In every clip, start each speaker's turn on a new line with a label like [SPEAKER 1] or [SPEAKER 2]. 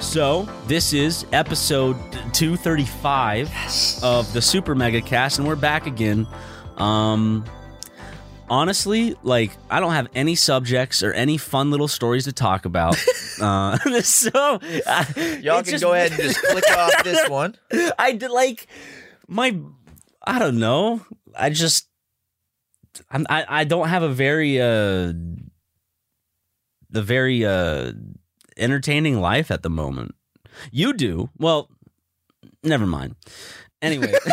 [SPEAKER 1] So, this is episode 235 of the Super Mega Cast, and we're back again. Um, honestly, like, I don't have any subjects or any fun little stories to talk about. uh, so, I,
[SPEAKER 2] Y'all
[SPEAKER 1] it
[SPEAKER 2] can
[SPEAKER 1] just-
[SPEAKER 2] go ahead and just click off this one.
[SPEAKER 1] I did like my, I don't know. I just, I'm, I, I don't have a very, uh, the very, uh, entertaining life at the moment. You do. Well, never mind. Anyway,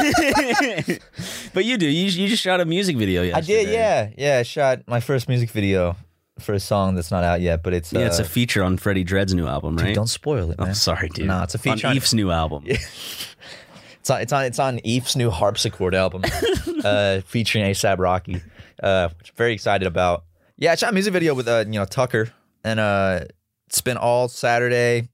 [SPEAKER 1] but you do. You, you just shot a music video
[SPEAKER 2] I
[SPEAKER 1] yesterday.
[SPEAKER 2] did, yeah, yeah. I shot my first music video for a song that's not out yet, but it's
[SPEAKER 1] Yeah, it's
[SPEAKER 2] uh,
[SPEAKER 1] a feature on Freddie Dredd's new album,
[SPEAKER 2] dude,
[SPEAKER 1] right? Oh.
[SPEAKER 2] don't spoil it,
[SPEAKER 1] I'm
[SPEAKER 2] man.
[SPEAKER 1] sorry, dude.
[SPEAKER 2] Nah, it's a feature
[SPEAKER 1] on
[SPEAKER 2] on-
[SPEAKER 1] Eve's new album.
[SPEAKER 2] It's on, it's on it's on Eve's new harpsichord album, uh, featuring ASAP Rocky, uh, which I'm very excited about. Yeah, I shot a music video with uh, you know Tucker and uh, spent all Saturday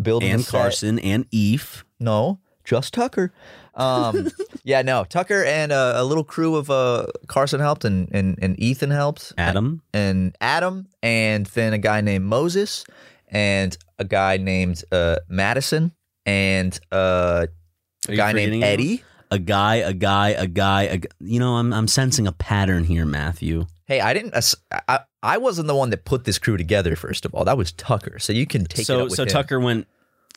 [SPEAKER 2] building
[SPEAKER 1] and
[SPEAKER 2] the set.
[SPEAKER 1] Carson and Eve.
[SPEAKER 2] No, just Tucker. Um, yeah, no, Tucker and uh, a little crew of uh, Carson helped and, and and Ethan helped
[SPEAKER 1] Adam.
[SPEAKER 2] and Adam and then a guy named Moses and a guy named uh, Madison and
[SPEAKER 1] Are
[SPEAKER 2] uh, a
[SPEAKER 1] you
[SPEAKER 2] guy
[SPEAKER 1] forgetting
[SPEAKER 2] named
[SPEAKER 1] anyone?
[SPEAKER 2] Eddie.
[SPEAKER 1] a guy, a guy, a guy, a gu- you know, I'm I'm sensing a pattern here, Matthew.
[SPEAKER 2] Hey, I didn't. ass- I I wasn't the one that put this crew together. First of all, that was Tucker. So you can take it.
[SPEAKER 1] so
[SPEAKER 2] up with
[SPEAKER 1] so
[SPEAKER 2] him.
[SPEAKER 1] Tucker went,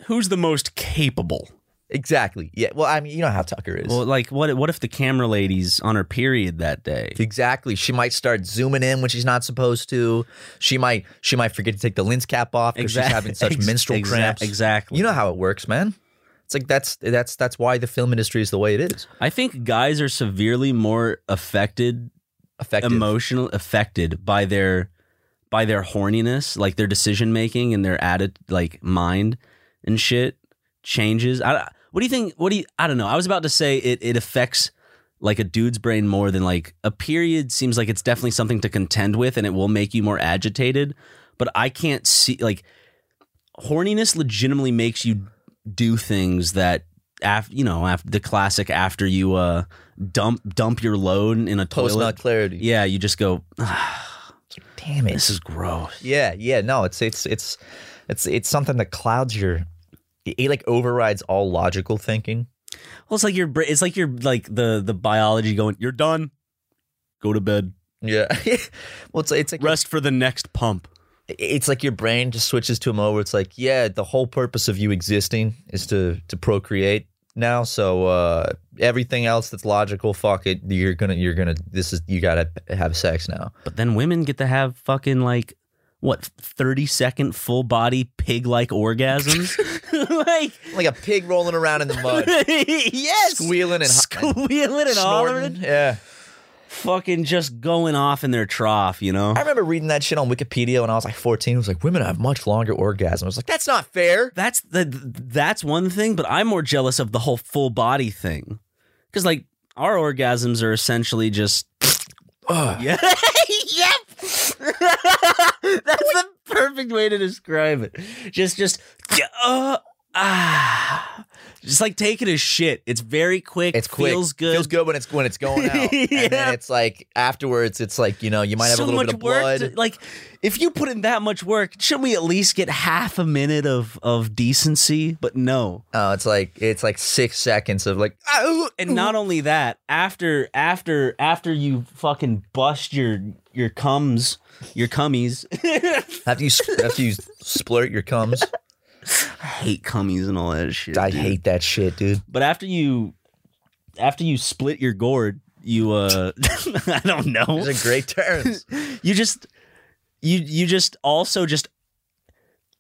[SPEAKER 1] who's the most capable?
[SPEAKER 2] Exactly. Yeah. Well, I mean, you know how Tucker is.
[SPEAKER 1] Well, like what what if the camera lady's on her period that day?
[SPEAKER 2] exactly. She might start zooming in when she's not supposed to. She might. She might forget to take the lens cap off because
[SPEAKER 1] Exact-
[SPEAKER 2] she's having such
[SPEAKER 1] ex-
[SPEAKER 2] menstrual
[SPEAKER 1] exact-
[SPEAKER 2] cramps.
[SPEAKER 1] Exactly.
[SPEAKER 2] You know how it works, man. It's like that's that's that's why the film industry is the way it is.
[SPEAKER 1] I think guys are severely more affected,
[SPEAKER 2] Effective.
[SPEAKER 1] emotional affected by their by their horniness, like their decision making and their added like mind and shit changes. I what do you think? What do you? I don't know. I was about to say it it affects like a dude's brain more than like a period seems like it's definitely something to contend with and it will make you more agitated. But I can't see like horniness legitimately makes you do things that after you know after the classic after you uh dump dump your load in a
[SPEAKER 2] Post
[SPEAKER 1] toilet
[SPEAKER 2] nut clarity.
[SPEAKER 1] yeah, you just go. "Ah,
[SPEAKER 2] Damn it.
[SPEAKER 1] This is gross.
[SPEAKER 2] Yeah, yeah, no, it's it's it's it's it's something that clouds your it, it, like overrides all logical thinking.
[SPEAKER 1] Well, it's like your. bra- It's like your like the the biology going. You're done. Go to bed.
[SPEAKER 2] Yeah. well, it's it's like
[SPEAKER 1] Rest for the next pump.
[SPEAKER 2] it's like your brain just switches to a mode where it's like, yeah, the whole purpose of you existing is to to procreate now. So uh everything else that's logical, fuck it. You're gonna you're gonna this is you gotta have sex now.
[SPEAKER 1] But then women get to have fucking like what thirty second full body pig like orgasms. like
[SPEAKER 2] Like a pig rolling around in the mud,
[SPEAKER 1] yes,
[SPEAKER 2] squealing and, and
[SPEAKER 1] squealing and hollering,
[SPEAKER 2] snorting. Yeah.
[SPEAKER 1] fucking just going off in their trough. You know
[SPEAKER 2] I remember reading that shit on Wikipedia when I was like 14. It was like, women have much longer orgasms. I was like, that's not fair.
[SPEAKER 1] that's the that's one thing. But I'm more jealous of the whole full body thing because like our orgasms are essentially just
[SPEAKER 2] Ugh.
[SPEAKER 1] Yeah. yep. That's the perfect way to describe it. Just, just, yeah, uh, ah, just like taking a shit. It's very quick.
[SPEAKER 2] It's quick.
[SPEAKER 1] Feels good.
[SPEAKER 2] Feels good when it's when it's going out.
[SPEAKER 1] Yeah.
[SPEAKER 2] And then it's like afterwards, it's like, you know, you might have
[SPEAKER 1] so
[SPEAKER 2] a little
[SPEAKER 1] much
[SPEAKER 2] bit of
[SPEAKER 1] work.
[SPEAKER 2] blood.
[SPEAKER 1] to- like, if you put in that much work, shouldn't we at least get half a minute of of decency? But no.
[SPEAKER 2] Oh, it's like it's like six seconds of like ah, ooh,
[SPEAKER 1] And not only that, after after after you fucking bust your your cums, your cummies.
[SPEAKER 2] after you s- after you splurt your cums.
[SPEAKER 1] I hate cummies and all that shit.
[SPEAKER 2] I
[SPEAKER 1] dude.
[SPEAKER 2] hate that shit, dude.
[SPEAKER 1] But after you, after you split your gourd, you uh, I don't know.
[SPEAKER 2] These are great terms.
[SPEAKER 1] You just, you you just also just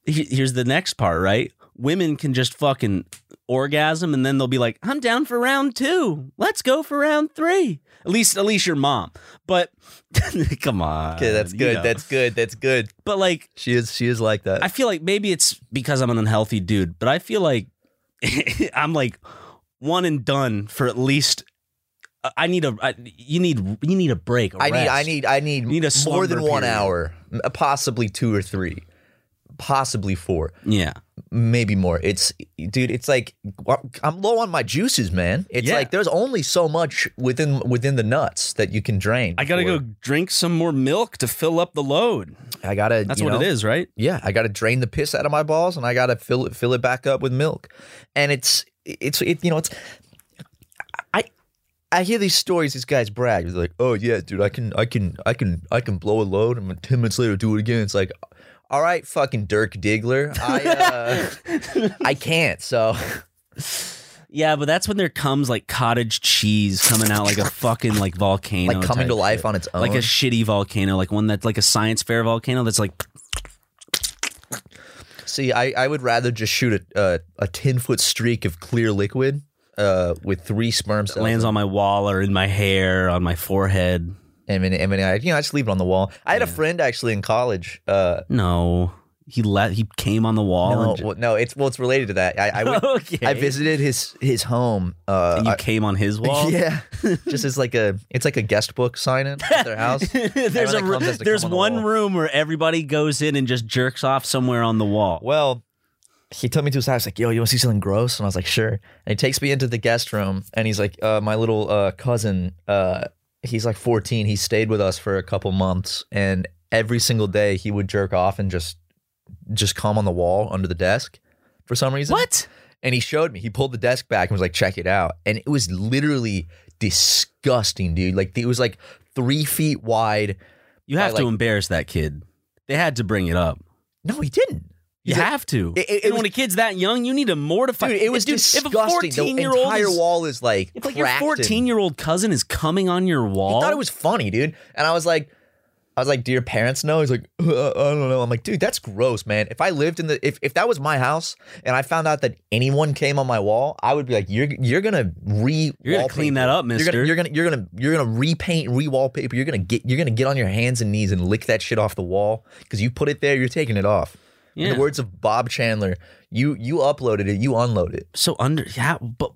[SPEAKER 1] he- here's the next part, right? Women can just fucking orgasm and then they'll be like, "I'm down for round 2. Let's go for round 3." At least at least your mom. But come on.
[SPEAKER 2] Okay, that's
[SPEAKER 1] you
[SPEAKER 2] good.
[SPEAKER 1] know.
[SPEAKER 2] That's good. That's good.
[SPEAKER 1] But like
[SPEAKER 2] She is she is like that.
[SPEAKER 1] I feel like maybe it's because I'm an unhealthy dude, but I feel like I'm like one and done for at least I- I need a I, you need you need a break. a
[SPEAKER 2] I need I
[SPEAKER 1] rest.
[SPEAKER 2] need I need,
[SPEAKER 1] Need a
[SPEAKER 2] more than
[SPEAKER 1] slumber
[SPEAKER 2] one
[SPEAKER 1] period.
[SPEAKER 2] hour, m- possibly two or three, possibly four,
[SPEAKER 1] Yeah.
[SPEAKER 2] maybe more. It's dude, it's like I'm low on my juices, man. It's
[SPEAKER 1] Yeah.
[SPEAKER 2] like there's only so much within within the nuts that you can drain.
[SPEAKER 1] I got to
[SPEAKER 2] before-
[SPEAKER 1] go drink some more milk to fill up the load.
[SPEAKER 2] I gotta.
[SPEAKER 1] That's
[SPEAKER 2] you
[SPEAKER 1] what
[SPEAKER 2] know,
[SPEAKER 1] it is, right?
[SPEAKER 2] yeah, I got to drain the piss out of my balls and I got to fill it fill it back up with milk. And it's it's it you know it's I I hear these stories these guys brag. They're like, "Oh yeah, dude, I can I can I can I can blow a load and 10 minutes later do it again." It's like, "All right, fucking Dirk Diggler. I uh, I can't." So,
[SPEAKER 1] Yeah, but that's when there comes like cottage cheese coming out like a fucking like volcano,
[SPEAKER 2] like coming
[SPEAKER 1] type
[SPEAKER 2] to life Oh.
[SPEAKER 1] shit.
[SPEAKER 2] on its own.
[SPEAKER 1] like a shitty volcano, like one that's like a science fair volcano that's like
[SPEAKER 2] See, I, I would rather just shoot a uh, a 10-foot streak of clear liquid uh, with three sperm cells
[SPEAKER 1] lands on my wall or in my hair, on my forehead.
[SPEAKER 2] And then, and then I, you know, I just leave it on the wall. I had a friend actually in college. Uh,
[SPEAKER 1] No, he let he came on the wall.
[SPEAKER 2] no,
[SPEAKER 1] and ju-
[SPEAKER 2] well, no, it's well, it's related to that. I, I, went,
[SPEAKER 1] okay.
[SPEAKER 2] I visited his his home.
[SPEAKER 1] And you
[SPEAKER 2] Uh,
[SPEAKER 1] came on his
[SPEAKER 2] I-
[SPEAKER 1] wall.
[SPEAKER 2] yeah, just as like a, it's like a guest book sign in at their house.
[SPEAKER 1] there's a
[SPEAKER 2] Everyone that
[SPEAKER 1] ru-
[SPEAKER 2] comes has to
[SPEAKER 1] there's
[SPEAKER 2] come on the
[SPEAKER 1] one
[SPEAKER 2] wall.
[SPEAKER 1] room where everybody goes in and just jerks off somewhere on the wall.
[SPEAKER 2] Well, he took me to his house. Like, yo, you want to see something gross? And I was like, sure. And he takes me into the guest room, and he's like, uh, my little uh, cousin. Uh, he's like 14. He stayed with us for a couple months, and every single day he would jerk off and just, just come on the wall under the desk. For some reason,
[SPEAKER 1] What?
[SPEAKER 2] And he showed me. He pulled the desk back and was like, check it out. And it was literally disgusting, dude. Like it was like three feet wide.
[SPEAKER 1] You have
[SPEAKER 2] I,
[SPEAKER 1] to
[SPEAKER 2] like-
[SPEAKER 1] embarrass that kid. They had to bring it up.
[SPEAKER 2] No, he didn't.
[SPEAKER 1] You
[SPEAKER 2] He's like-
[SPEAKER 1] have to.
[SPEAKER 2] It- it- it
[SPEAKER 1] and
[SPEAKER 2] was-
[SPEAKER 1] when a kid's that young, you need to mortify.
[SPEAKER 2] Dude, it was
[SPEAKER 1] If a
[SPEAKER 2] disgusting. The
[SPEAKER 1] 14 year old
[SPEAKER 2] entire
[SPEAKER 1] is,
[SPEAKER 2] wall is like
[SPEAKER 1] if like your
[SPEAKER 2] cracked and-
[SPEAKER 1] 14 year old cousin is coming on your wall,
[SPEAKER 2] He thought it was funny, dude. And I was like, I was like, do your parents know? He's like, uh, I don't know. I'm like, dude, that's gross, man. If I lived in the, if, if that was my house and I found out that anyone came on my wall, I would be like, you're you're gonna re
[SPEAKER 1] You're gonna clean that up,
[SPEAKER 2] You're
[SPEAKER 1] mister.
[SPEAKER 2] gonna you're gonna you're gonna you're gonna repaint, re wallpaper. You're gonna get you're gonna get on your hands and knees and lick that shit off the wall because you put it there. You're taking it off. In
[SPEAKER 1] Yeah.
[SPEAKER 2] the words of Bob Chandler, you you uploaded it, you unload it.
[SPEAKER 1] so under. Yeah, but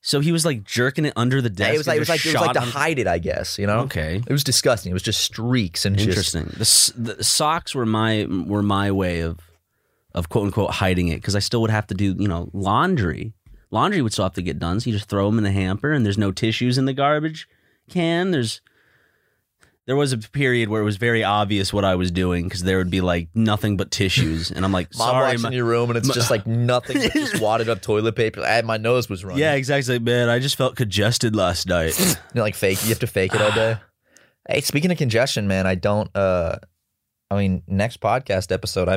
[SPEAKER 1] so he was like jerking it under the desk.
[SPEAKER 2] it was like
[SPEAKER 1] and
[SPEAKER 2] it was
[SPEAKER 1] just
[SPEAKER 2] like it was
[SPEAKER 1] shot
[SPEAKER 2] like to
[SPEAKER 1] on-
[SPEAKER 2] hide it, I guess. You know.
[SPEAKER 1] Okay.
[SPEAKER 2] It was disgusting. It was just streaks and just
[SPEAKER 1] Interesting. The, s- the socks were my were my way of of quote unquote hiding it because I still would have to do you know laundry. Laundry would still have to get done, so you just throw them in the hamper, and there's no tissues in the garbage can. There's there was a period where it was very obvious what I was doing because there would be like nothing but tissues, and I'm like,
[SPEAKER 2] Mom
[SPEAKER 1] sorry,
[SPEAKER 2] walks
[SPEAKER 1] ma-
[SPEAKER 2] in your room and it's just like nothing but just wadded up toilet paper. I, my nose was running.
[SPEAKER 1] yeah, exactly, man. I just felt congested last night.
[SPEAKER 2] You know, like fake. You have to fake it all day. hey, speaking of congestion, man, I don't. uh I mean, next podcast episode,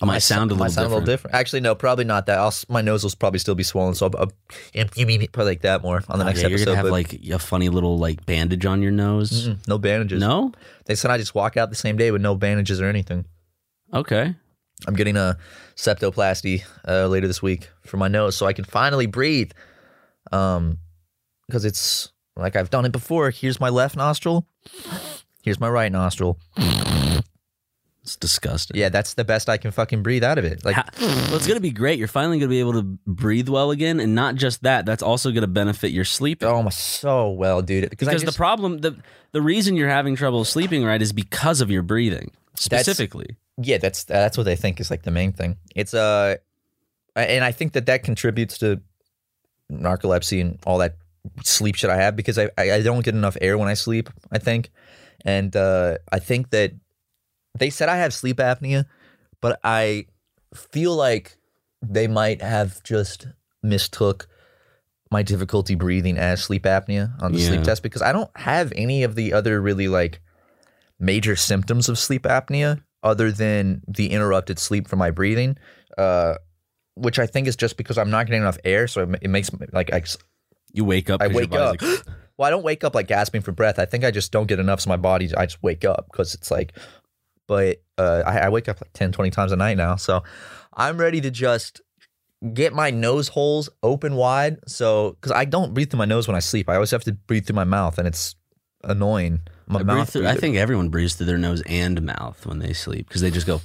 [SPEAKER 2] I
[SPEAKER 1] Might sound a
[SPEAKER 2] might
[SPEAKER 1] little
[SPEAKER 2] sound a little different. Actually, no, probably not that. I'll, s- my nose will probably still be swollen, so I'll, I'll, yeah, you mean probably like that more on the
[SPEAKER 1] Oh,
[SPEAKER 2] next
[SPEAKER 1] yeah, you're
[SPEAKER 2] episode.
[SPEAKER 1] gonna have
[SPEAKER 2] but- Mm-hmm.
[SPEAKER 1] like a funny little like bandage on your nose.
[SPEAKER 2] Mm-mm, no bandages.
[SPEAKER 1] No,
[SPEAKER 2] They said I just walk out the same day with no bandages or anything.
[SPEAKER 1] okay.
[SPEAKER 2] I'm getting a septoplasty uh, later this week for my nose, so I can finally breathe. Um, because it's like I've done it before. Here's my left nostril. Here's my right nostril.
[SPEAKER 1] It's disgusting.
[SPEAKER 2] Yeah, that's the best I can fucking breathe out of it. Like,
[SPEAKER 1] Ha- well, it's gonna be great. You're finally gonna be able to breathe well again, and not just that. That's also gonna benefit your sleep.
[SPEAKER 2] oh my, so well, dude. Because, I
[SPEAKER 1] because the
[SPEAKER 2] just-
[SPEAKER 1] problem, the the reason you're having trouble sleeping right is because of your breathing specifically.
[SPEAKER 2] yeah, that's that's what they think is like the main thing. It's uh, and I think that that contributes to narcolepsy and all that sleep shit I have because I I, I don't get enough air when I sleep. I think, and uh, I think that they said I have sleep apnea, but I feel like they might have just mistook my difficulty breathing as sleep apnea on the sleep
[SPEAKER 1] Yeah.
[SPEAKER 2] test because I don't have any of the other really like major symptoms of sleep apnea other than the interrupted sleep from my breathing, uh, which I think is just because I'm not getting enough air. So it, ma- it makes me- like I, s-
[SPEAKER 1] You wake up.
[SPEAKER 2] I
[SPEAKER 1] 'cause your
[SPEAKER 2] wake up.
[SPEAKER 1] body's like,
[SPEAKER 2] well, I don't wake up like gasping for breath. I think I just don't get enough, so my body I just wake up because it's like. but uh, I, I wake up like 10, 20 times a night now. So I'm ready to just get my nose holes open wide. So, because I don't breathe through my nose when I sleep, I always have to breathe through my mouth, and it's annoying. My
[SPEAKER 1] I, breathe
[SPEAKER 2] mouth.
[SPEAKER 1] through, I think everyone breathes through their nose and mouth when they sleep because they just go.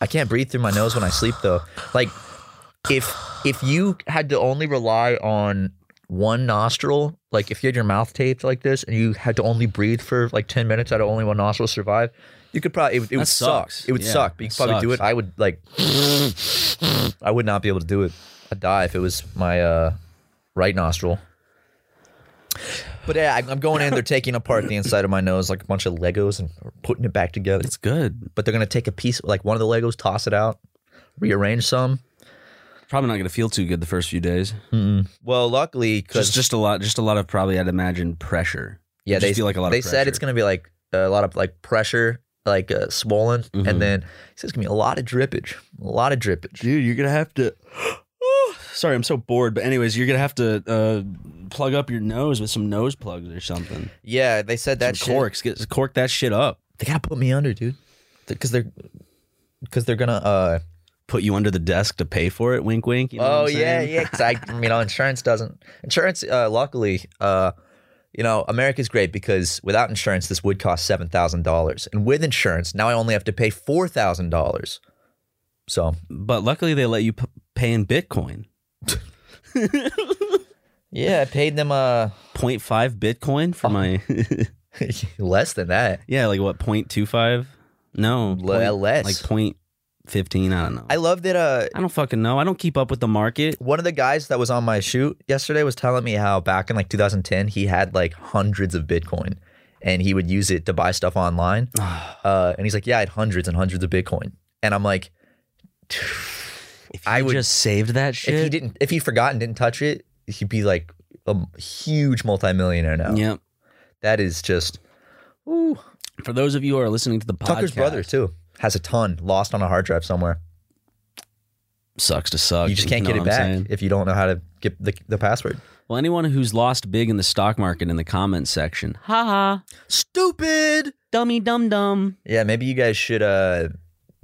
[SPEAKER 2] I can't breathe through my nose when I sleep though. Like if if you had to only rely on one nostril, like if you had your mouth taped like this and you had to only breathe for like 10 minutes out of only one nostril to survive, you could probably it, would- it
[SPEAKER 1] That
[SPEAKER 2] would suck.
[SPEAKER 1] sucks.
[SPEAKER 2] It would
[SPEAKER 1] Yeah,
[SPEAKER 2] suck. But you
[SPEAKER 1] it
[SPEAKER 2] could probably do
[SPEAKER 1] sucks.
[SPEAKER 2] it. I would like I would not be able to do it. I'd die if it was my uh right nostril. But yeah, I- I'm going in. They're taking apart the inside of my nose like a bunch of Legos and putting it back together
[SPEAKER 1] It's good.
[SPEAKER 2] but they're gonna take a piece, like one of the Legos, toss it out, rearrange some.
[SPEAKER 1] Probably not going to feel too good the first few days.
[SPEAKER 2] Well, luckily, because
[SPEAKER 1] Just just a lot. Just a lot of probably I'd imagine pressure.
[SPEAKER 2] yeah,
[SPEAKER 1] just
[SPEAKER 2] they
[SPEAKER 1] feel like a lot
[SPEAKER 2] They
[SPEAKER 1] of pressure.
[SPEAKER 2] said it's gonna be like a lot of like pressure, like uh, swollen,
[SPEAKER 1] Mhm.
[SPEAKER 2] and then it's gonna be a lot of drippage, a lot of drippage.
[SPEAKER 1] dude, you're gonna have to. Sorry, I'm so bored. But anyways, you're gonna have to uh, plug up your nose with some nose plugs or something.
[SPEAKER 2] Yeah, they said that
[SPEAKER 1] some
[SPEAKER 2] shit.
[SPEAKER 1] corks. Get cork that shit up.
[SPEAKER 2] They gotta put me under, dude, because they're because they're gonna. uh
[SPEAKER 1] Put you under the desk to pay for it. Wink, wink. You know
[SPEAKER 2] Oh
[SPEAKER 1] what I'm
[SPEAKER 2] yeah,
[SPEAKER 1] saying?
[SPEAKER 2] yeah. 'cause I, you know, insurance doesn't. Insurance, uh, luckily, uh, you know, America's great because without insurance, this would cost seven thousand dollars, and with insurance, now I only have to pay four thousand dollars. So
[SPEAKER 1] But luckily, they let you p- pay in Bitcoin.
[SPEAKER 2] yeah, I paid them uh
[SPEAKER 1] 0.5 Bitcoin for my.
[SPEAKER 2] less than that.
[SPEAKER 1] yeah, like what? 0.25? No,
[SPEAKER 2] Le-
[SPEAKER 1] point-
[SPEAKER 2] less.
[SPEAKER 1] Like 0.15. I don't know.
[SPEAKER 2] I
[SPEAKER 1] I,
[SPEAKER 2] love that. Uh,
[SPEAKER 1] don't fucking know. I don't keep up with the market.
[SPEAKER 2] one of the guys that was on my shoot yesterday was telling me how back in like 2010 he had like hundreds of Bitcoin, and he would use it to buy stuff online. uh, and he's like, yeah, I had hundreds and hundreds of Bitcoin, and I'm like.
[SPEAKER 1] If
[SPEAKER 2] I
[SPEAKER 1] you
[SPEAKER 2] would-
[SPEAKER 1] just saved that shit.
[SPEAKER 2] if he didn't if he forgot and didn't touch it he'd be like a m- huge multimillionaire now
[SPEAKER 1] Yep.
[SPEAKER 2] that is just
[SPEAKER 1] For those of you who are listening to the podcast,
[SPEAKER 2] tucker's brother too has a ton lost on a hard drive somewhere
[SPEAKER 1] sucks to suck.
[SPEAKER 2] you just can't
[SPEAKER 1] Oh, know
[SPEAKER 2] get it
[SPEAKER 1] what I'm
[SPEAKER 2] back
[SPEAKER 1] saying?
[SPEAKER 2] if you don't know how to get the, the password
[SPEAKER 1] Well, anyone who's lost big in the stock market in the comments section, ha ha,
[SPEAKER 2] stupid
[SPEAKER 1] dummy dum dum.
[SPEAKER 2] yeah maybe you guys should uh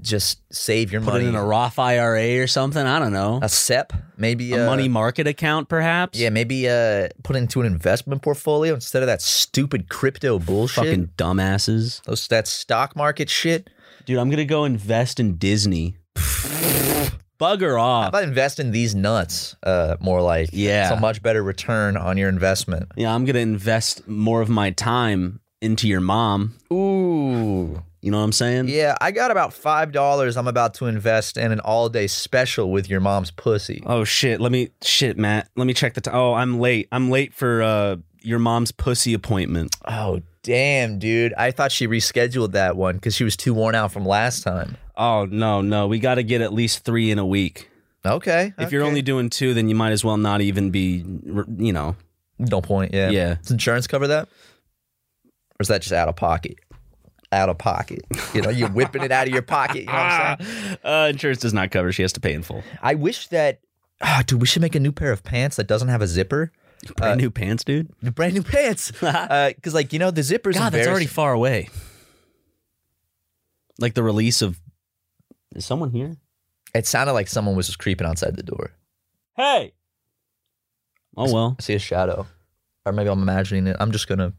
[SPEAKER 2] just save your
[SPEAKER 1] Put
[SPEAKER 2] money
[SPEAKER 1] it in a Roth IRA or something. I don't know.
[SPEAKER 2] a sep maybe
[SPEAKER 1] A
[SPEAKER 2] uh,
[SPEAKER 1] money market account, perhaps.
[SPEAKER 2] yeah maybe uh put it into an investment portfolio instead of that stupid crypto bullshit
[SPEAKER 1] Fucking dumbasses.
[SPEAKER 2] those that stock market shit
[SPEAKER 1] Dude, I'm gonna go invest in Disney. Bugger
[SPEAKER 2] How
[SPEAKER 1] off.
[SPEAKER 2] about invest in these nuts? Uh, more like
[SPEAKER 1] Yeah.
[SPEAKER 2] it's a much better return on your investment.
[SPEAKER 1] Yeah, I'm gonna invest more of my time into your mom.
[SPEAKER 2] Ooh,
[SPEAKER 1] You know what I'm saying?
[SPEAKER 2] yeah. I got about five dollars. I'm about to invest in an all-day special with your mom's pussy.
[SPEAKER 1] Oh shit. Let me shit, Matt. Let me check the time. Oh, I'm late. I'm late for uh your mom's pussy appointment.
[SPEAKER 2] Oh, damn, dude! I thought she rescheduled that one because she was too worn out from last time.
[SPEAKER 1] Oh no, no. We gotta get at least three in a week.
[SPEAKER 2] Okay,
[SPEAKER 1] If you're
[SPEAKER 2] okay.
[SPEAKER 1] only doing two, then you might as well not even be, you know.
[SPEAKER 2] no point. Yeah,
[SPEAKER 1] Yeah.
[SPEAKER 2] Does insurance cover that, or is that just out of pocket? Out of pocket. You know, you're whipping it out of your pocket. You know what I'm saying?
[SPEAKER 1] Uh, insurance does not cover. She has to pay in full.
[SPEAKER 2] I wish that. Oh, dude, we should make a new pair of pants that doesn't have a zipper.
[SPEAKER 1] Brand new pants, dude.
[SPEAKER 2] Brand new pants. Because, like, you know, the zipper's
[SPEAKER 1] Uh-huh. God, that's already
[SPEAKER 2] embarrassing.
[SPEAKER 1] far away. Like the release of. Is someone here?
[SPEAKER 2] It sounded like someone was just creeping outside the door.
[SPEAKER 1] Hey. Oh well.
[SPEAKER 2] I see a shadow. Or maybe I'm imagining it. I'm just going to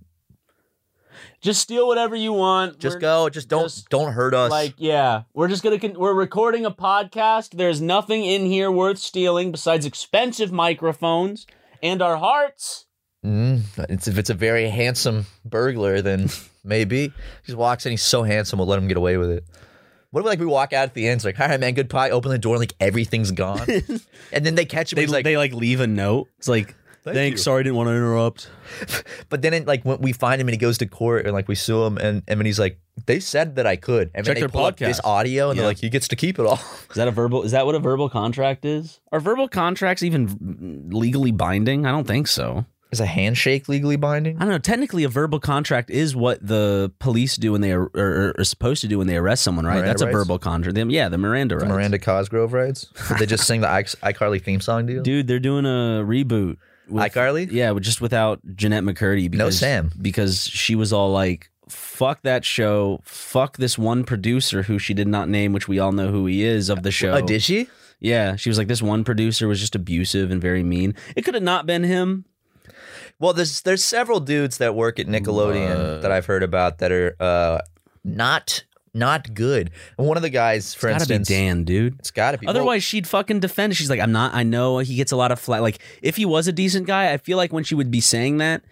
[SPEAKER 1] Just steal whatever you want.
[SPEAKER 2] just
[SPEAKER 1] We're-
[SPEAKER 2] go. Just don't
[SPEAKER 1] just,
[SPEAKER 2] don't hurt us.
[SPEAKER 1] Like yeah, we're just gonna con- we're recording a podcast. There's nothing in here worth stealing besides expensive microphones and our hearts.
[SPEAKER 2] Mm, it's, if it's a very handsome burglar, then maybe. He just walks in. He's so handsome. We'll let him get away with it. What if like we walk out at the end? It's like, all right, man, good pie. Open the door, and like everything's gone. and then they catch him.
[SPEAKER 1] they
[SPEAKER 2] he's like,
[SPEAKER 1] they like leave a note. It's like
[SPEAKER 2] Thank
[SPEAKER 1] thanks,
[SPEAKER 2] you."
[SPEAKER 1] sorry, didn't want to interrupt.
[SPEAKER 2] But then, it, like when we find him and he goes to court and like we sue him and and then he's like, they said that I could. And
[SPEAKER 1] Check
[SPEAKER 2] then they
[SPEAKER 1] their
[SPEAKER 2] pull up this
[SPEAKER 1] podcast.
[SPEAKER 2] audio and
[SPEAKER 1] Yeah.
[SPEAKER 2] they're like, he gets to keep it all.
[SPEAKER 1] Is that a verbal? Is that what a verbal contract is? Are verbal contracts even legally binding? I don't think so.
[SPEAKER 2] Is a handshake legally binding?
[SPEAKER 1] I don't know. Technically, a verbal contract is what the police do when they are, are, are supposed to do when they arrest someone, right?
[SPEAKER 2] Miranda
[SPEAKER 1] That's a
[SPEAKER 2] rights?
[SPEAKER 1] verbal contract. Them- Yeah, the Miranda rights.
[SPEAKER 2] Miranda Cosgrove rights. Did they just sing the Ic- iCarly theme song to you?
[SPEAKER 1] Dude, they're doing a reboot. with-
[SPEAKER 2] iCarly?
[SPEAKER 1] Yeah, with- just without Jeanette McCurdy. Because,
[SPEAKER 2] Sam.
[SPEAKER 1] Because she was all like, fuck that show. Fuck this one producer who she did not name, which we all know who he is of the show.
[SPEAKER 2] Oh, did she?
[SPEAKER 1] Yeah, she was like this one producer was just abusive and very mean. It could have not been him.
[SPEAKER 2] Well, there's there's several dudes that work at Nickelodeon that I've heard about that are uh, not not good. And one of the guys, for
[SPEAKER 1] Gotta be
[SPEAKER 2] instance,
[SPEAKER 1] Dan, dude.
[SPEAKER 2] it's got to be. well,
[SPEAKER 1] Otherwise, she'd fucking defend. She's like, I'm not. I know he gets a lot of flack. Like, if he was a decent guy, I feel like when she would be saying that,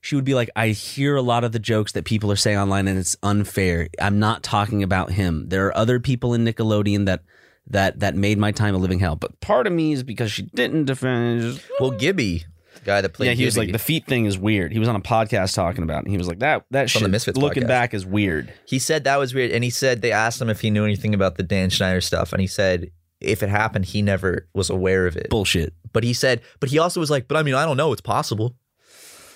[SPEAKER 1] she would be like, I hear a lot of the jokes that people are saying online, and it's unfair. I'm not talking about him. There are other people in Nickelodeon that that that made my time a living hell. But part of me is because she didn't defend.
[SPEAKER 2] well, Gibby, the guy that played.
[SPEAKER 1] yeah, he was
[SPEAKER 2] Gibby,
[SPEAKER 1] like the feet thing is weird. He was on a podcast talking about, it. and he was like that that
[SPEAKER 2] From the
[SPEAKER 1] shit.
[SPEAKER 2] Misfits
[SPEAKER 1] looking
[SPEAKER 2] podcast.
[SPEAKER 1] back is weird.
[SPEAKER 2] He said that was weird, and he said they asked him if he knew anything about the Dan Schneider stuff, and he said if it happened, he never was aware of it.
[SPEAKER 1] Bullshit.
[SPEAKER 2] But he said, but he also was like, but I mean, I don't know. It's possible.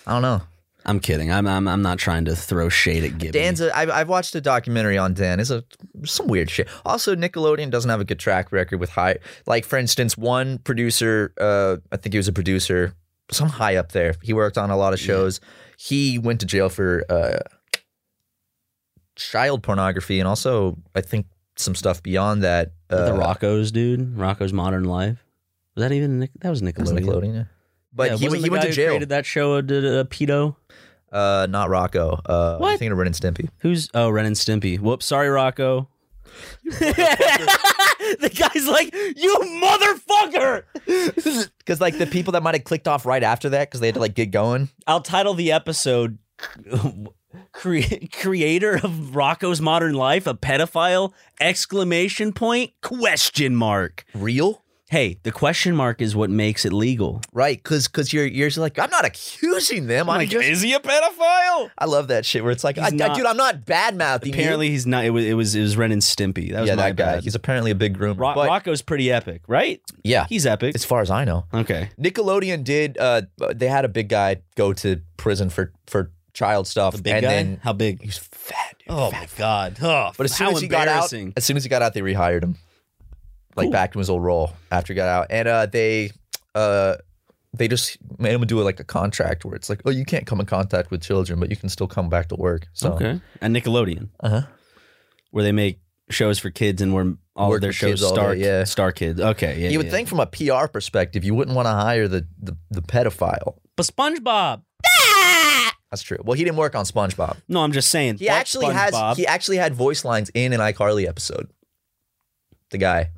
[SPEAKER 2] I don't know.
[SPEAKER 1] I'm kidding. I'm I'm, I'm not trying to throw shade at Gibby.
[SPEAKER 2] Dan's. A, I've, I've watched a documentary on Dan. It's a some weird shit. Also, Nickelodeon doesn't have a good track record with high. Like for instance, one producer. Uh, I think he was a producer. Some high up there. He worked on a lot of shows. He went to jail for uh, child pornography and also I think some stuff beyond that. Uh,
[SPEAKER 1] the Rocco's dude, Rocco's Modern Life. Was that even Nick? That was
[SPEAKER 2] it was
[SPEAKER 1] Nickelodeon.
[SPEAKER 2] Nickelodeon. yeah. But
[SPEAKER 1] Yeah,
[SPEAKER 2] he,
[SPEAKER 1] wasn't
[SPEAKER 2] he
[SPEAKER 1] the guy
[SPEAKER 2] went to
[SPEAKER 1] who
[SPEAKER 2] jail.
[SPEAKER 1] Created that show a, a, a pedo.
[SPEAKER 2] Uh, not Rocco. Uh,
[SPEAKER 1] What?
[SPEAKER 2] I think of Ren and Stimpy.
[SPEAKER 1] Who's oh Ren and Stimpy? Whoops, sorry Rocco. the guy's like, you motherfucker!
[SPEAKER 2] Because like the people that might have clicked off right after that because they had to like get going.
[SPEAKER 1] I'll title the episode Cre- "Creator of Rocco's Modern Life: A Pedophile!" Exclamation point? Question mark?
[SPEAKER 2] Real.
[SPEAKER 1] Hey, the question mark is what makes it legal.
[SPEAKER 2] Right, because because you're you're just like I'm not accusing them. I'm just
[SPEAKER 1] is he a pedophile?
[SPEAKER 2] I love that shit where it's like, I, I-
[SPEAKER 1] not-
[SPEAKER 2] dude, I'm not bad mouthing.
[SPEAKER 1] Apparently, he's not. It was it was, it was Ren and Stimpy. That was
[SPEAKER 2] yeah,
[SPEAKER 1] my
[SPEAKER 2] that guy.
[SPEAKER 1] bad.
[SPEAKER 2] He's apparently a big groomer.
[SPEAKER 1] Ro-
[SPEAKER 2] but
[SPEAKER 1] Rocco's pretty epic, right?
[SPEAKER 2] yeah,
[SPEAKER 1] He's epic.
[SPEAKER 2] as far as I know,
[SPEAKER 1] okay.
[SPEAKER 2] Nickelodeon did. Uh, they had a big guy go to prison for for child stuff,
[SPEAKER 1] The big
[SPEAKER 2] and
[SPEAKER 1] guy.
[SPEAKER 2] then
[SPEAKER 1] How big?
[SPEAKER 2] he was fat. Dude,
[SPEAKER 1] Oh
[SPEAKER 2] fat.
[SPEAKER 1] my god! Oh,
[SPEAKER 2] But as soon
[SPEAKER 1] how
[SPEAKER 2] as he got out,
[SPEAKER 1] embarrassing.
[SPEAKER 2] as soon as he got out, they rehired him, like
[SPEAKER 1] Cool.
[SPEAKER 2] back to his old role after he got out, and uh, they uh, they just made him do like a contract where it's like, oh, you can't come in contact with children, but you can still come back to work. So
[SPEAKER 1] okay, and Nickelodeon,
[SPEAKER 2] Uh-huh.
[SPEAKER 1] where they make shows for kids and where all
[SPEAKER 2] Work
[SPEAKER 1] of their
[SPEAKER 2] with
[SPEAKER 1] shows
[SPEAKER 2] kids all
[SPEAKER 1] star
[SPEAKER 2] day, yeah.
[SPEAKER 1] star kids. Okay, yeah,
[SPEAKER 2] you would
[SPEAKER 1] yeah.
[SPEAKER 2] think from a PR perspective, you wouldn't want to hire the, the the pedophile.
[SPEAKER 1] but SpongeBob.
[SPEAKER 2] That's true. Well, he didn't work on SpongeBob.
[SPEAKER 1] No, I'm just saying.
[SPEAKER 2] He
[SPEAKER 1] fuck
[SPEAKER 2] actually
[SPEAKER 1] SpongeBob.
[SPEAKER 2] has he actually had voice lines in an iCarly episode. The guy.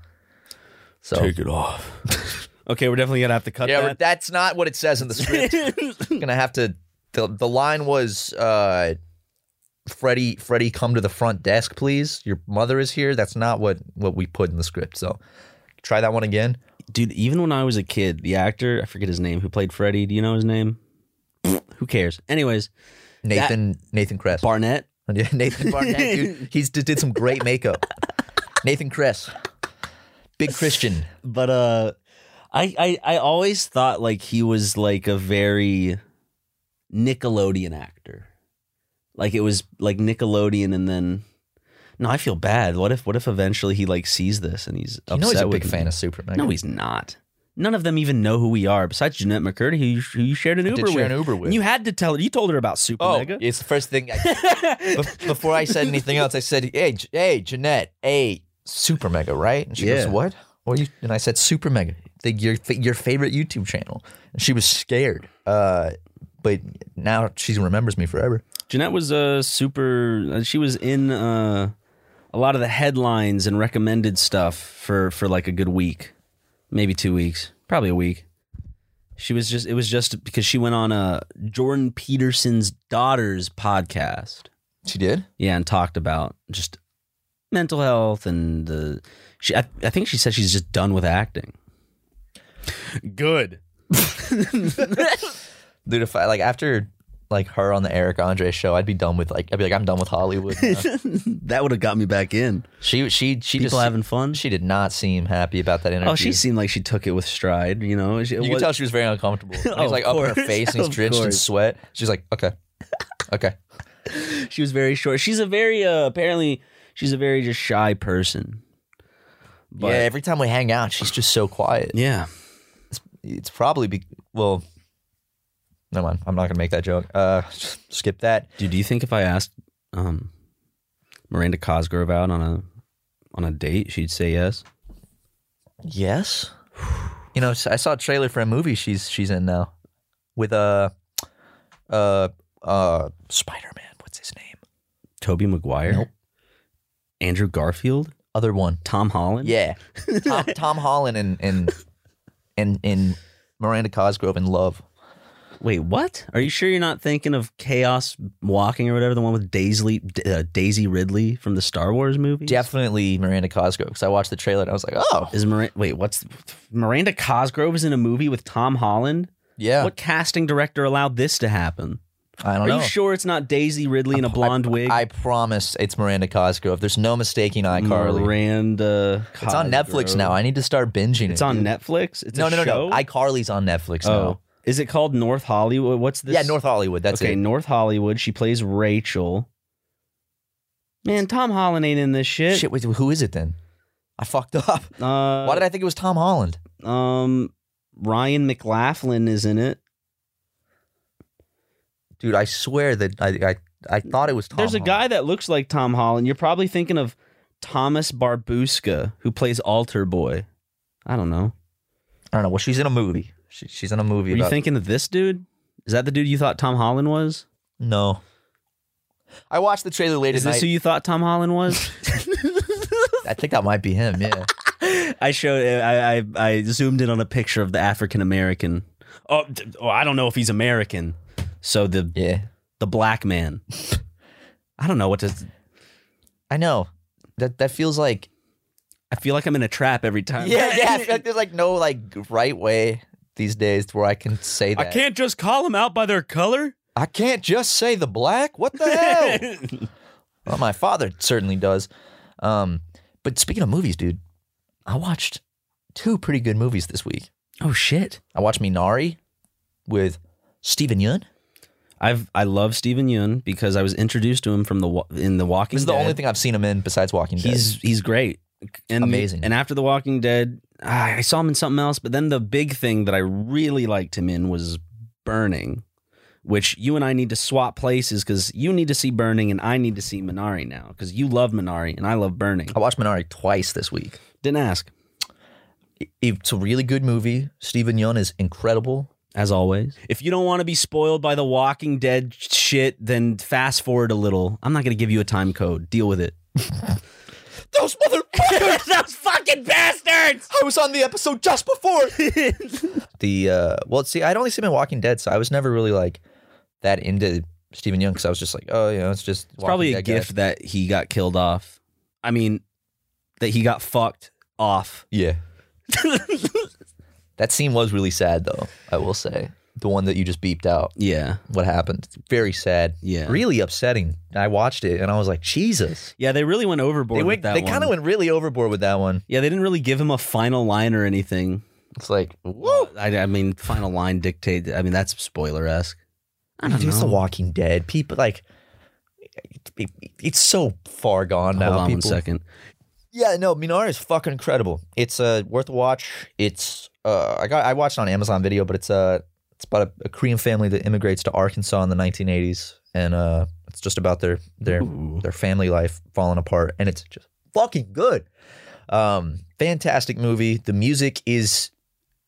[SPEAKER 2] So
[SPEAKER 1] it off. okay, we're definitely gonna have to cut
[SPEAKER 2] yeah, but
[SPEAKER 1] that.
[SPEAKER 2] that's not what it says in the script. gonna have to. The, the line was, uh, "Freddie, Freddie, come to the front desk, please. Your mother is here." That's not what what we put in the script. So try that one again.
[SPEAKER 1] Dude, even when I was a kid, the actor I forget his name who played Freddy. Do you know his name? who cares? Anyways,
[SPEAKER 2] Nathan Nathan Kress.
[SPEAKER 1] Barnett.
[SPEAKER 2] Yeah, Nathan Barnett, dude. He's did, did some great makeup. Nathan Kress. Big Christian.
[SPEAKER 1] but uh I, I i always thought like he was like a very nickelodeon actor like it was like nickelodeon and then no i feel bad what if what if eventually he like sees this and he's
[SPEAKER 2] you
[SPEAKER 1] upset
[SPEAKER 2] know he's a
[SPEAKER 1] with
[SPEAKER 2] big
[SPEAKER 1] me?
[SPEAKER 2] fan of Superman.
[SPEAKER 1] no he's not none of them even know who we are besides jeanette mccurdy who you, who you shared an
[SPEAKER 2] I
[SPEAKER 1] uber
[SPEAKER 2] did
[SPEAKER 1] with
[SPEAKER 2] share an Uber with.
[SPEAKER 1] And you had to tell her you told her about super
[SPEAKER 2] oh,
[SPEAKER 1] mega
[SPEAKER 2] it's the first thing. I, bef- before I said anything else, I said, "Hey, J- hey, Jeanette, hey, Super Mega, right?" And she goes,
[SPEAKER 1] Yeah.
[SPEAKER 2] "What?" What are you? And I said, "Super Mega, the, your fa- your favorite YouTube channel." And she was scared. Uh, but now she remembers me forever.
[SPEAKER 1] Jeanette was a super. uh, She was in uh, a lot of the headlines and recommended stuff for for like a good week, maybe two weeks, probably a week. She was just. It was just because she went on a Jordan Peterson's daughter's podcast.
[SPEAKER 2] She did.
[SPEAKER 1] Yeah, and talked about just mental health and the. She, I, I think she said she's just done with acting. Good.
[SPEAKER 2] dude. If I like after like her on the Eric Andre show, I'd be done with like I'd be like I'm done with Hollywood. now."
[SPEAKER 1] that would have got me back in.
[SPEAKER 2] she she she
[SPEAKER 1] People
[SPEAKER 2] just
[SPEAKER 1] having fun.
[SPEAKER 2] she did not seem happy about that interview.
[SPEAKER 1] Oh, she seemed like she took it with stride. You know, She- it
[SPEAKER 2] you could
[SPEAKER 1] was-
[SPEAKER 2] tell she was very uncomfortable. And
[SPEAKER 1] Of
[SPEAKER 2] he's like up in her
[SPEAKER 1] course,
[SPEAKER 2] face and he's
[SPEAKER 1] of
[SPEAKER 2] drenched in
[SPEAKER 1] course.
[SPEAKER 2] sweat. She's like, okay, okay.
[SPEAKER 1] she was very short. She's a very uh, apparently she's a very just shy person. But
[SPEAKER 2] yeah,
[SPEAKER 1] yeah,
[SPEAKER 2] every time we hang out, she's just so quiet. It's probably be well. Never mind. I'm not gonna make that joke. Uh, skip that.
[SPEAKER 1] Dude, do you think if I asked um, Miranda Cosgrove out on a on a date, she'd say yes.
[SPEAKER 2] Yes. You know, I saw a trailer for a movie she's she's in now with a uh, uh uh Spider-Man, what's his name?
[SPEAKER 1] Toby Maguire,
[SPEAKER 2] Nope.
[SPEAKER 1] Andrew Garfield,
[SPEAKER 2] Other one.
[SPEAKER 1] Tom Holland.
[SPEAKER 2] Yeah. Tom, Tom Holland and and and and Miranda Cosgrove in Love.
[SPEAKER 1] Wait, what? Are you sure you're not thinking of Chaos Walking or whatever the one with Daisy D- uh, Daisy Ridley from the Star Wars movie?
[SPEAKER 2] Definitely Miranda Cosgrove cuz I watched the trailer and I was like, "Oh,
[SPEAKER 1] Is Miranda? Wait, what's Miranda Cosgrove is in a movie with Tom Holland?
[SPEAKER 2] yeah."
[SPEAKER 1] What casting director allowed this to happen?
[SPEAKER 2] I don't
[SPEAKER 1] Are
[SPEAKER 2] know.
[SPEAKER 1] you sure it's not Daisy Ridley in a blonde wig?
[SPEAKER 2] I promise it's Miranda Cosgrove. There's no mistaking iCarly.
[SPEAKER 1] Miranda.
[SPEAKER 2] it's on Netflix
[SPEAKER 1] Cosgrove.
[SPEAKER 2] now. I need to start binging it.
[SPEAKER 1] It's on
[SPEAKER 2] dude.
[SPEAKER 1] Netflix. It's
[SPEAKER 2] No,
[SPEAKER 1] a
[SPEAKER 2] no, no,
[SPEAKER 1] show?
[SPEAKER 2] no. iCarly's on Netflix
[SPEAKER 1] Oh, is it called North Hollywood? What's
[SPEAKER 2] now.
[SPEAKER 1] this?
[SPEAKER 2] Yeah, North Hollywood. That's
[SPEAKER 1] okay,
[SPEAKER 2] it.
[SPEAKER 1] North Hollywood. She plays Rachel. Man, Tom Holland ain't in this shit.
[SPEAKER 2] Shit, wait, who is it then? I fucked up.
[SPEAKER 1] Uh,
[SPEAKER 2] Why did I think it was Tom Holland?
[SPEAKER 1] Um, Ryan McLaughlin is in it.
[SPEAKER 2] Dude, I swear that I I, I thought it was Tom.
[SPEAKER 1] There's a
[SPEAKER 2] Holland.
[SPEAKER 1] guy that looks like Tom Holland. You're probably thinking of Thomas Barbuska, who plays Alter Boy. I don't know.
[SPEAKER 2] I don't know. Well, she's in a movie. She, she's in a movie.
[SPEAKER 1] Were you
[SPEAKER 2] about-
[SPEAKER 1] thinking of this dude? Is that the dude you thought Tom Holland was?
[SPEAKER 2] No. I watched the trailer late
[SPEAKER 1] Is
[SPEAKER 2] at
[SPEAKER 1] this
[SPEAKER 2] night.
[SPEAKER 1] who you thought Tom Holland was?
[SPEAKER 2] I think that might be him. Yeah.
[SPEAKER 1] I showed. I, I I zoomed in on a picture of the African American. Oh, d- oh, I don't know if he's American. So the
[SPEAKER 2] yeah.
[SPEAKER 1] the black man. I don't know what to.
[SPEAKER 2] I know. That that feels like
[SPEAKER 1] I feel like I'm in a trap every time.
[SPEAKER 2] yeah yeah. I feel like there's like no like right way these days to where I can say
[SPEAKER 1] I
[SPEAKER 2] that.
[SPEAKER 1] can't just call them out by their color.
[SPEAKER 2] I can't just say the black. What the hell? Well, my father certainly does. Um, but speaking of movies, dude, I watched two pretty good movies this week.
[SPEAKER 1] oh shit!
[SPEAKER 2] I watched Minari with Steven Yeun.
[SPEAKER 1] I've I love Steven Yeun because I was introduced to him from the wa- in the Walking.
[SPEAKER 2] This is the
[SPEAKER 1] Dead.
[SPEAKER 2] only thing I've seen him in besides Walking Dead.
[SPEAKER 1] He's he's great. And,
[SPEAKER 2] Amazing.
[SPEAKER 1] And after The Walking Dead, ah, I saw him in something else. But then the big thing that I really liked him in was Burning, which you and I need to swap places because you need to see Burning and I need to see Minari now because you love Minari and I love Burning.
[SPEAKER 2] I watched Minari twice this week.
[SPEAKER 1] Didn't ask,
[SPEAKER 2] It- It's a really good movie. Steven Yeun is incredible.
[SPEAKER 1] as always. If you don't want to be spoiled by The Walking Dead shit, then fast forward a little. I'm not going to give you a time code. Deal with it.
[SPEAKER 2] Those motherfuckers!
[SPEAKER 1] Those fucking bastards!
[SPEAKER 2] I was on the episode just before. the uh, well, see, I'd only seen him in Walking Dead, so I was never really like that into Steven Yeun because I was just like, oh, you know, it's just
[SPEAKER 1] It's probably a
[SPEAKER 2] Walking Dead guy.
[SPEAKER 1] gift that he got killed off. I mean, that he got fucked off.
[SPEAKER 2] Yeah. That scene was really sad, though. I will say the one that you just beeped out.
[SPEAKER 1] yeah,
[SPEAKER 2] What happened? Very sad.
[SPEAKER 1] yeah,
[SPEAKER 2] Really upsetting. I watched it and I was like, Jesus.
[SPEAKER 1] yeah. They really went overboard
[SPEAKER 2] They
[SPEAKER 1] with
[SPEAKER 2] went.
[SPEAKER 1] that
[SPEAKER 2] They
[SPEAKER 1] one.
[SPEAKER 2] kind of went really overboard with that one.
[SPEAKER 1] Yeah, they didn't really give him a final line or anything.
[SPEAKER 2] It's like,
[SPEAKER 1] Uh,
[SPEAKER 2] woo.
[SPEAKER 1] I, I mean, final line dictate. I mean, that's spoiler esque. I don't
[SPEAKER 2] Dude, It's The
[SPEAKER 1] know.
[SPEAKER 2] Walking Dead. People like. it- it- It's so far gone now.
[SPEAKER 1] Hold on one
[SPEAKER 2] people.
[SPEAKER 1] second.
[SPEAKER 2] Yeah, no, Minari is fucking incredible. It's uh, worth a watch. It's uh, I got I watched it on Amazon Video, but it's uh, it's about a, a Korean family that immigrates to Arkansas in the 1980s, and uh, it's just about their their
[SPEAKER 1] Ooh.
[SPEAKER 2] their family life falling apart, and it's just fucking good. Um, fantastic movie. The music is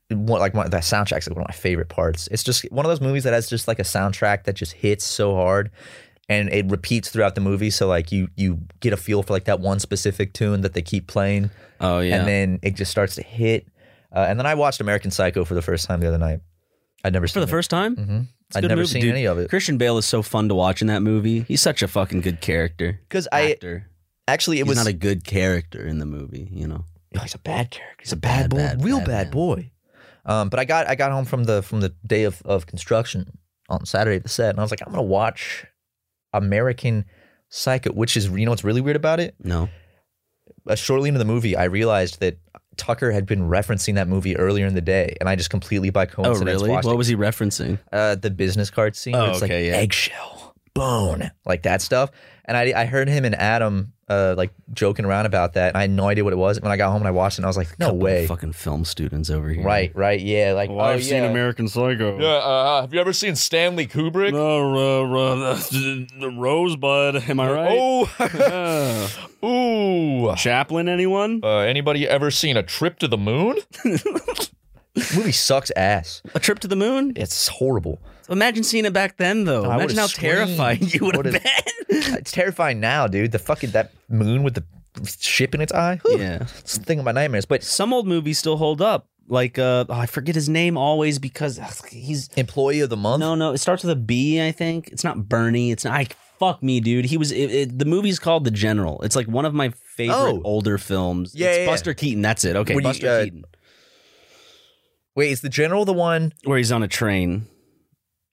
[SPEAKER 2] one like my, that soundtrack's like one of my favorite parts. It's just one of those movies that has just like a soundtrack that just hits so hard and it repeats throughout the movie. So like you you get a feel for like that one specific tune that they keep playing,
[SPEAKER 1] Oh yeah,
[SPEAKER 2] and then it just starts to hit. Uh, and then I watched American Psycho for the first time the other night. I'd never
[SPEAKER 1] for
[SPEAKER 2] seen
[SPEAKER 1] the
[SPEAKER 2] it.
[SPEAKER 1] first time.
[SPEAKER 2] Mhm.
[SPEAKER 1] It's a
[SPEAKER 2] I'd
[SPEAKER 1] good
[SPEAKER 2] never
[SPEAKER 1] movie,
[SPEAKER 2] seen
[SPEAKER 1] dude.
[SPEAKER 2] any of it
[SPEAKER 1] Christian Bale is so fun to watch in that movie. He's such a fucking good character.
[SPEAKER 2] because I
[SPEAKER 1] Actor.
[SPEAKER 2] actually it
[SPEAKER 1] He's
[SPEAKER 2] was
[SPEAKER 1] not a good character in the movie. You know.
[SPEAKER 2] Oh, he's a bad character. He's a
[SPEAKER 1] bad,
[SPEAKER 2] bad, boy,
[SPEAKER 1] bad,
[SPEAKER 2] real
[SPEAKER 1] bad
[SPEAKER 2] bad,
[SPEAKER 1] man.
[SPEAKER 2] boy. Um, but I got I got home from the from the day of, of construction on Saturday at the set, and I was like, I'm gonna watch American Psycho, which is you know what's really weird about it.
[SPEAKER 1] No.
[SPEAKER 2] Uh, shortly into the movie, I realized that Tucker had been referencing that movie earlier in the day, and I just completely by
[SPEAKER 1] Oh
[SPEAKER 2] coincidence
[SPEAKER 1] really?
[SPEAKER 2] watched it.
[SPEAKER 1] What was he referencing?
[SPEAKER 2] uh, the business card scene.
[SPEAKER 1] Oh,
[SPEAKER 2] it's
[SPEAKER 1] okay,
[SPEAKER 2] like
[SPEAKER 1] yeah.
[SPEAKER 2] eggshell, bone, like that stuff. And I, I heard him and Adam uh, like joking around about that. And I had no idea what it was. When I got home and I watched it, and I was like, no
[SPEAKER 1] Couple of
[SPEAKER 2] way.
[SPEAKER 1] Fucking film students over here.
[SPEAKER 2] Right, right, yeah. Like,
[SPEAKER 3] Well,
[SPEAKER 2] oh,
[SPEAKER 3] I've seen
[SPEAKER 2] yeah.
[SPEAKER 3] American Psycho.
[SPEAKER 2] Yeah, uh, have you ever seen Stanley Kubrick?
[SPEAKER 3] No, uh, uh, the Rosebud. Am I right?
[SPEAKER 2] Oh,
[SPEAKER 3] Yeah.
[SPEAKER 2] ooh.
[SPEAKER 3] Chaplin, anyone?
[SPEAKER 2] Uh, anybody ever seen a trip to the moon? movie sucks ass.
[SPEAKER 1] A trip to the moon?
[SPEAKER 2] It's horrible.
[SPEAKER 1] Imagine seeing it back then, though.
[SPEAKER 2] I
[SPEAKER 1] Imagine
[SPEAKER 2] would've
[SPEAKER 1] how
[SPEAKER 2] screamed.
[SPEAKER 1] terrifying you would have
[SPEAKER 2] Would've-
[SPEAKER 1] been.
[SPEAKER 2] It's terrifying now, dude. The fucking that moon with the ship in its eye. Whew.
[SPEAKER 1] yeah.
[SPEAKER 2] It's the thing of my nightmares. But
[SPEAKER 1] Some old movies still hold up. Like, uh, oh, I forget his name always because ugh, he's
[SPEAKER 2] employee of the month.
[SPEAKER 1] No, no, it starts with a B. I think it's not Bernie. It's not. I, fuck me, dude. He was. It, it, the movie's called The General. It's like one of my favorite
[SPEAKER 2] Oh.
[SPEAKER 1] older films.
[SPEAKER 2] Yeah,
[SPEAKER 1] it's
[SPEAKER 2] yeah, yeah.
[SPEAKER 1] Buster Keaton. That's it. Okay,
[SPEAKER 2] When you,
[SPEAKER 1] Buster
[SPEAKER 2] uh,
[SPEAKER 1] Keaton,
[SPEAKER 2] Wait, is the general the one?
[SPEAKER 1] where he's on a train.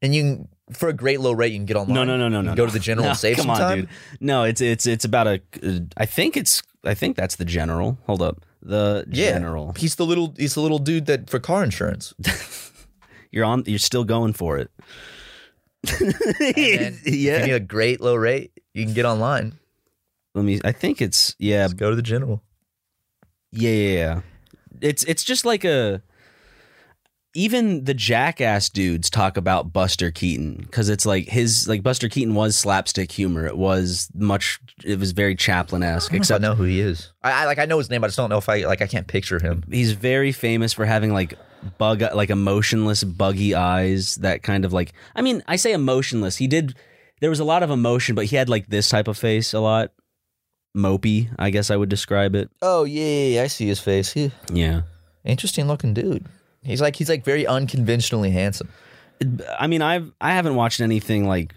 [SPEAKER 2] And you can, for a great low rate, you can get online.
[SPEAKER 1] No, no, no, no,
[SPEAKER 2] You
[SPEAKER 1] no.
[SPEAKER 2] can Go
[SPEAKER 1] no.
[SPEAKER 2] to the general
[SPEAKER 1] no,
[SPEAKER 2] and save
[SPEAKER 1] come
[SPEAKER 2] some
[SPEAKER 1] on,
[SPEAKER 2] time.
[SPEAKER 1] dude. No, it's it's it's about a. uh, I think it's. I think that's the general. Hold up, the
[SPEAKER 2] Yeah,
[SPEAKER 1] general.
[SPEAKER 2] He's the little. He's the little dude that for car insurance.
[SPEAKER 1] You're on. You're still going for it.
[SPEAKER 2] And then If you need a great low rate, you can get online.
[SPEAKER 1] Let me. I think it's. Yeah,
[SPEAKER 2] Just go to the general.
[SPEAKER 1] Yeah, yeah, yeah. It's it's just like a even the jackass dudes talk about Buster Keaton because it's like his like Buster Keaton was slapstick humor. It was much. It was very Chaplin esque.
[SPEAKER 2] Except
[SPEAKER 1] Except
[SPEAKER 2] I know who he is. I, I like I know his name, but I just don't know if I like I can't picture him.
[SPEAKER 1] he's very famous for having like bug like emotionless buggy eyes. That kind of like I mean I say emotionless. He did there was a lot of emotion, but he had like this type of face a lot. Mopey, I guess I would describe it.
[SPEAKER 2] Oh yeah, yeah, yeah, I see his face. He,
[SPEAKER 1] Yeah.
[SPEAKER 2] interesting looking dude. He's like he's like very unconventionally handsome.
[SPEAKER 1] I mean, I've I haven't watched anything like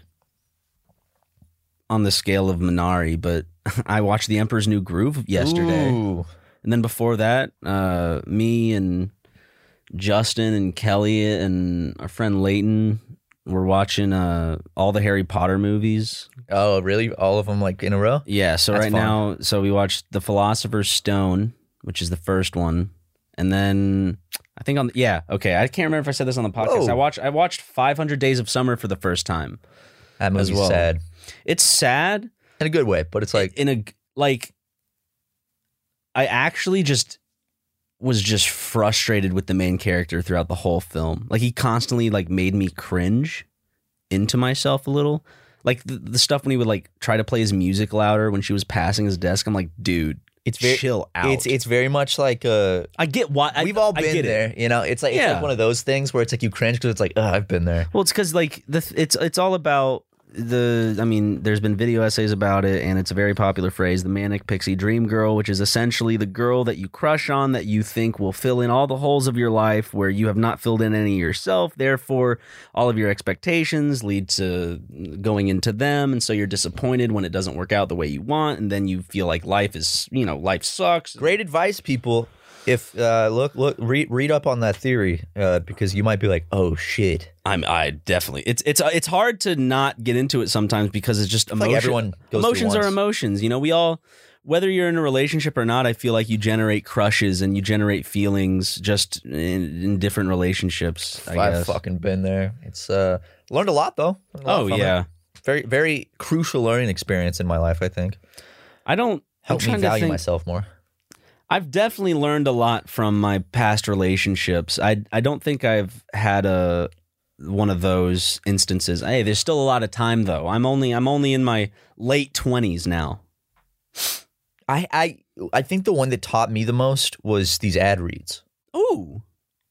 [SPEAKER 1] on the scale of Minari, but I watched The Emperor's New Groove yesterday,
[SPEAKER 2] Ooh.
[SPEAKER 1] and then before that, uh, me and Justin and Kelly and our friend Leighton were watching uh, all the Harry Potter movies.
[SPEAKER 2] Oh really? All of them like in a row?
[SPEAKER 1] Yeah, so
[SPEAKER 2] That's
[SPEAKER 1] right
[SPEAKER 2] fun.
[SPEAKER 1] now, so we watched The Philosopher's Stone, which is the first one, and then I think on yeah, okay, I can't remember if I said this on the podcast.
[SPEAKER 2] Whoa.
[SPEAKER 1] I watched I watched 500 Days of Summer for the first time.
[SPEAKER 2] That movie's
[SPEAKER 1] well.
[SPEAKER 2] sad
[SPEAKER 1] It's sad
[SPEAKER 2] in a good way, but it's like
[SPEAKER 1] in a like I actually just was just frustrated with the main character throughout the whole film. Like he constantly like made me cringe into myself a little. Like the, the stuff when he would like try to play his music louder when she was passing his desk. I'm like, dude,
[SPEAKER 2] it's very
[SPEAKER 1] chill out.
[SPEAKER 2] it's it's very much like uh
[SPEAKER 1] I get why I-
[SPEAKER 2] we've all
[SPEAKER 1] I
[SPEAKER 2] been
[SPEAKER 1] get it.
[SPEAKER 2] there, you know. It's like it's
[SPEAKER 1] Yeah.
[SPEAKER 2] like one of those things where it's like you cringe because it's like, oh, I've been there.
[SPEAKER 1] Well, it's because like the th- it's it's all about the. I mean, there's been video essays about it, and it's a very popular phrase, the manic pixie dream girl, which is essentially the girl that you crush on that you think will fill in all the holes of your life where you have not filled in any yourself. Therefore, all of your expectations lead to going into them, and so you're disappointed when it doesn't work out the way you want, and then you feel like life is you know life sucks.
[SPEAKER 2] Great advice, people. If uh, look look read read up on that theory uh, because you might be like, oh shit.
[SPEAKER 1] I'm I definitely it's it's it's hard to not get into it sometimes because it's just
[SPEAKER 2] like
[SPEAKER 1] emotion.
[SPEAKER 2] everyone goes through
[SPEAKER 1] emotions are
[SPEAKER 2] once.
[SPEAKER 1] emotions. You know, we all whether you're in a relationship or not, I feel like you generate crushes and you generate feelings just in, in different relationships. I
[SPEAKER 2] I've
[SPEAKER 1] guess.
[SPEAKER 2] fucking been there. It's uh learned a lot though. Learned a lot
[SPEAKER 1] Oh
[SPEAKER 2] from
[SPEAKER 1] yeah,
[SPEAKER 2] it. Very very crucial learning experience in my life, I think.
[SPEAKER 1] I don't.
[SPEAKER 2] Helped
[SPEAKER 1] I'm
[SPEAKER 2] me
[SPEAKER 1] trying to
[SPEAKER 2] value
[SPEAKER 1] think.
[SPEAKER 2] myself more.
[SPEAKER 1] I've definitely learned a lot from my past relationships. I I don't think I've had a one of those instances. Hey, there's still a lot of time though. I'm only I'm only in my late twenties now.
[SPEAKER 2] I I I think the one that taught me the most was these ad reads.
[SPEAKER 1] Ooh.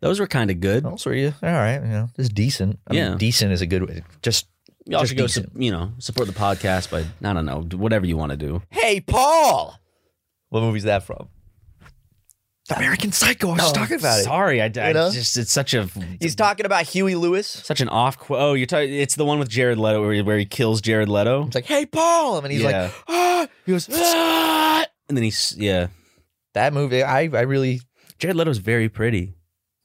[SPEAKER 1] Those were kind of good.
[SPEAKER 2] Those were you. All right, you know, just decent. I
[SPEAKER 1] Yeah.
[SPEAKER 2] mean, decent is a good way. Just
[SPEAKER 1] Y'all
[SPEAKER 2] just
[SPEAKER 1] should go,
[SPEAKER 2] decent.
[SPEAKER 1] su- you know, support the podcast by I don't know, do whatever you want to do.
[SPEAKER 2] Hey, Paul. What movie's that from? American Psycho. I was talking about it.
[SPEAKER 1] Oh, Sorry, I, I
[SPEAKER 2] You know?
[SPEAKER 1] just it's such a
[SPEAKER 2] He's talking about Huey Lewis.
[SPEAKER 1] such an off. Qu- oh, you're talking. It's the one with Jared Leto where he, where he kills Jared Leto,
[SPEAKER 2] It's like, hey, Paul, and he's
[SPEAKER 1] Yeah.
[SPEAKER 2] like, ah. he goes. Ah.
[SPEAKER 1] and then he's yeah.
[SPEAKER 2] That movie, I, I really,
[SPEAKER 1] Jared Leto's very pretty.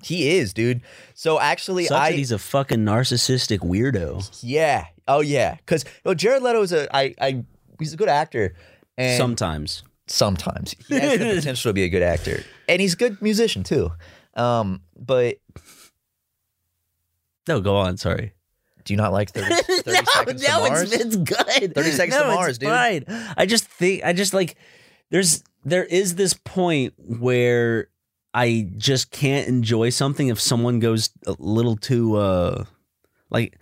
[SPEAKER 2] he is, dude. So actually,
[SPEAKER 1] Such
[SPEAKER 2] I
[SPEAKER 1] that he's a fucking narcissistic weirdo.
[SPEAKER 2] Yeah. Oh yeah. Because well, Jared Leto is a I I he's a good actor. And
[SPEAKER 1] Sometimes
[SPEAKER 2] sometimes he has the potential to be a good actor, and he's a good musician too. Um, but
[SPEAKER 1] no, go on. Sorry.
[SPEAKER 2] do you not like 30, 30 seconds to Mars?
[SPEAKER 1] good.
[SPEAKER 2] 30 Seconds to
[SPEAKER 1] it's
[SPEAKER 2] Mars, dude.
[SPEAKER 1] Fine. I just think I just like there's there is this point where I just can't enjoy something if someone goes a little too uh like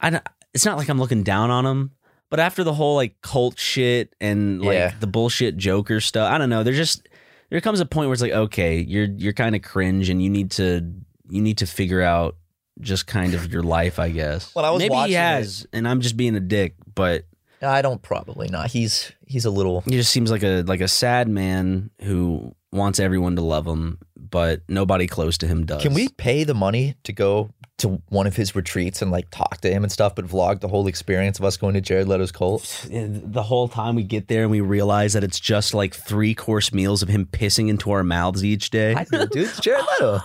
[SPEAKER 1] I don't- it's not like I'm looking down on them, but after the whole like cult shit and like
[SPEAKER 2] Yeah.
[SPEAKER 1] the bullshit Joker stuff, I don't know. There's just there comes a point where it's like okay, you're you're kind of cringe and you need to you need to figure out just kind of your life, I guess.
[SPEAKER 2] When I was
[SPEAKER 1] Maybe
[SPEAKER 2] watching
[SPEAKER 1] he
[SPEAKER 2] it-
[SPEAKER 1] has, and I'm just being a dick, but
[SPEAKER 2] I don't probably not. He's he's a little.
[SPEAKER 1] he just seems like a like a sad man who wants everyone to love him, but nobody close to him does.
[SPEAKER 2] Can we pay the money to go to one of his retreats and like talk to him and stuff, but vlog the whole experience of us going to Jared Leto's cult?
[SPEAKER 1] The whole time we get there and we realize that it's just like three course meals of him pissing into our mouths each day.
[SPEAKER 2] I do, it, dude. It's Jared Leto.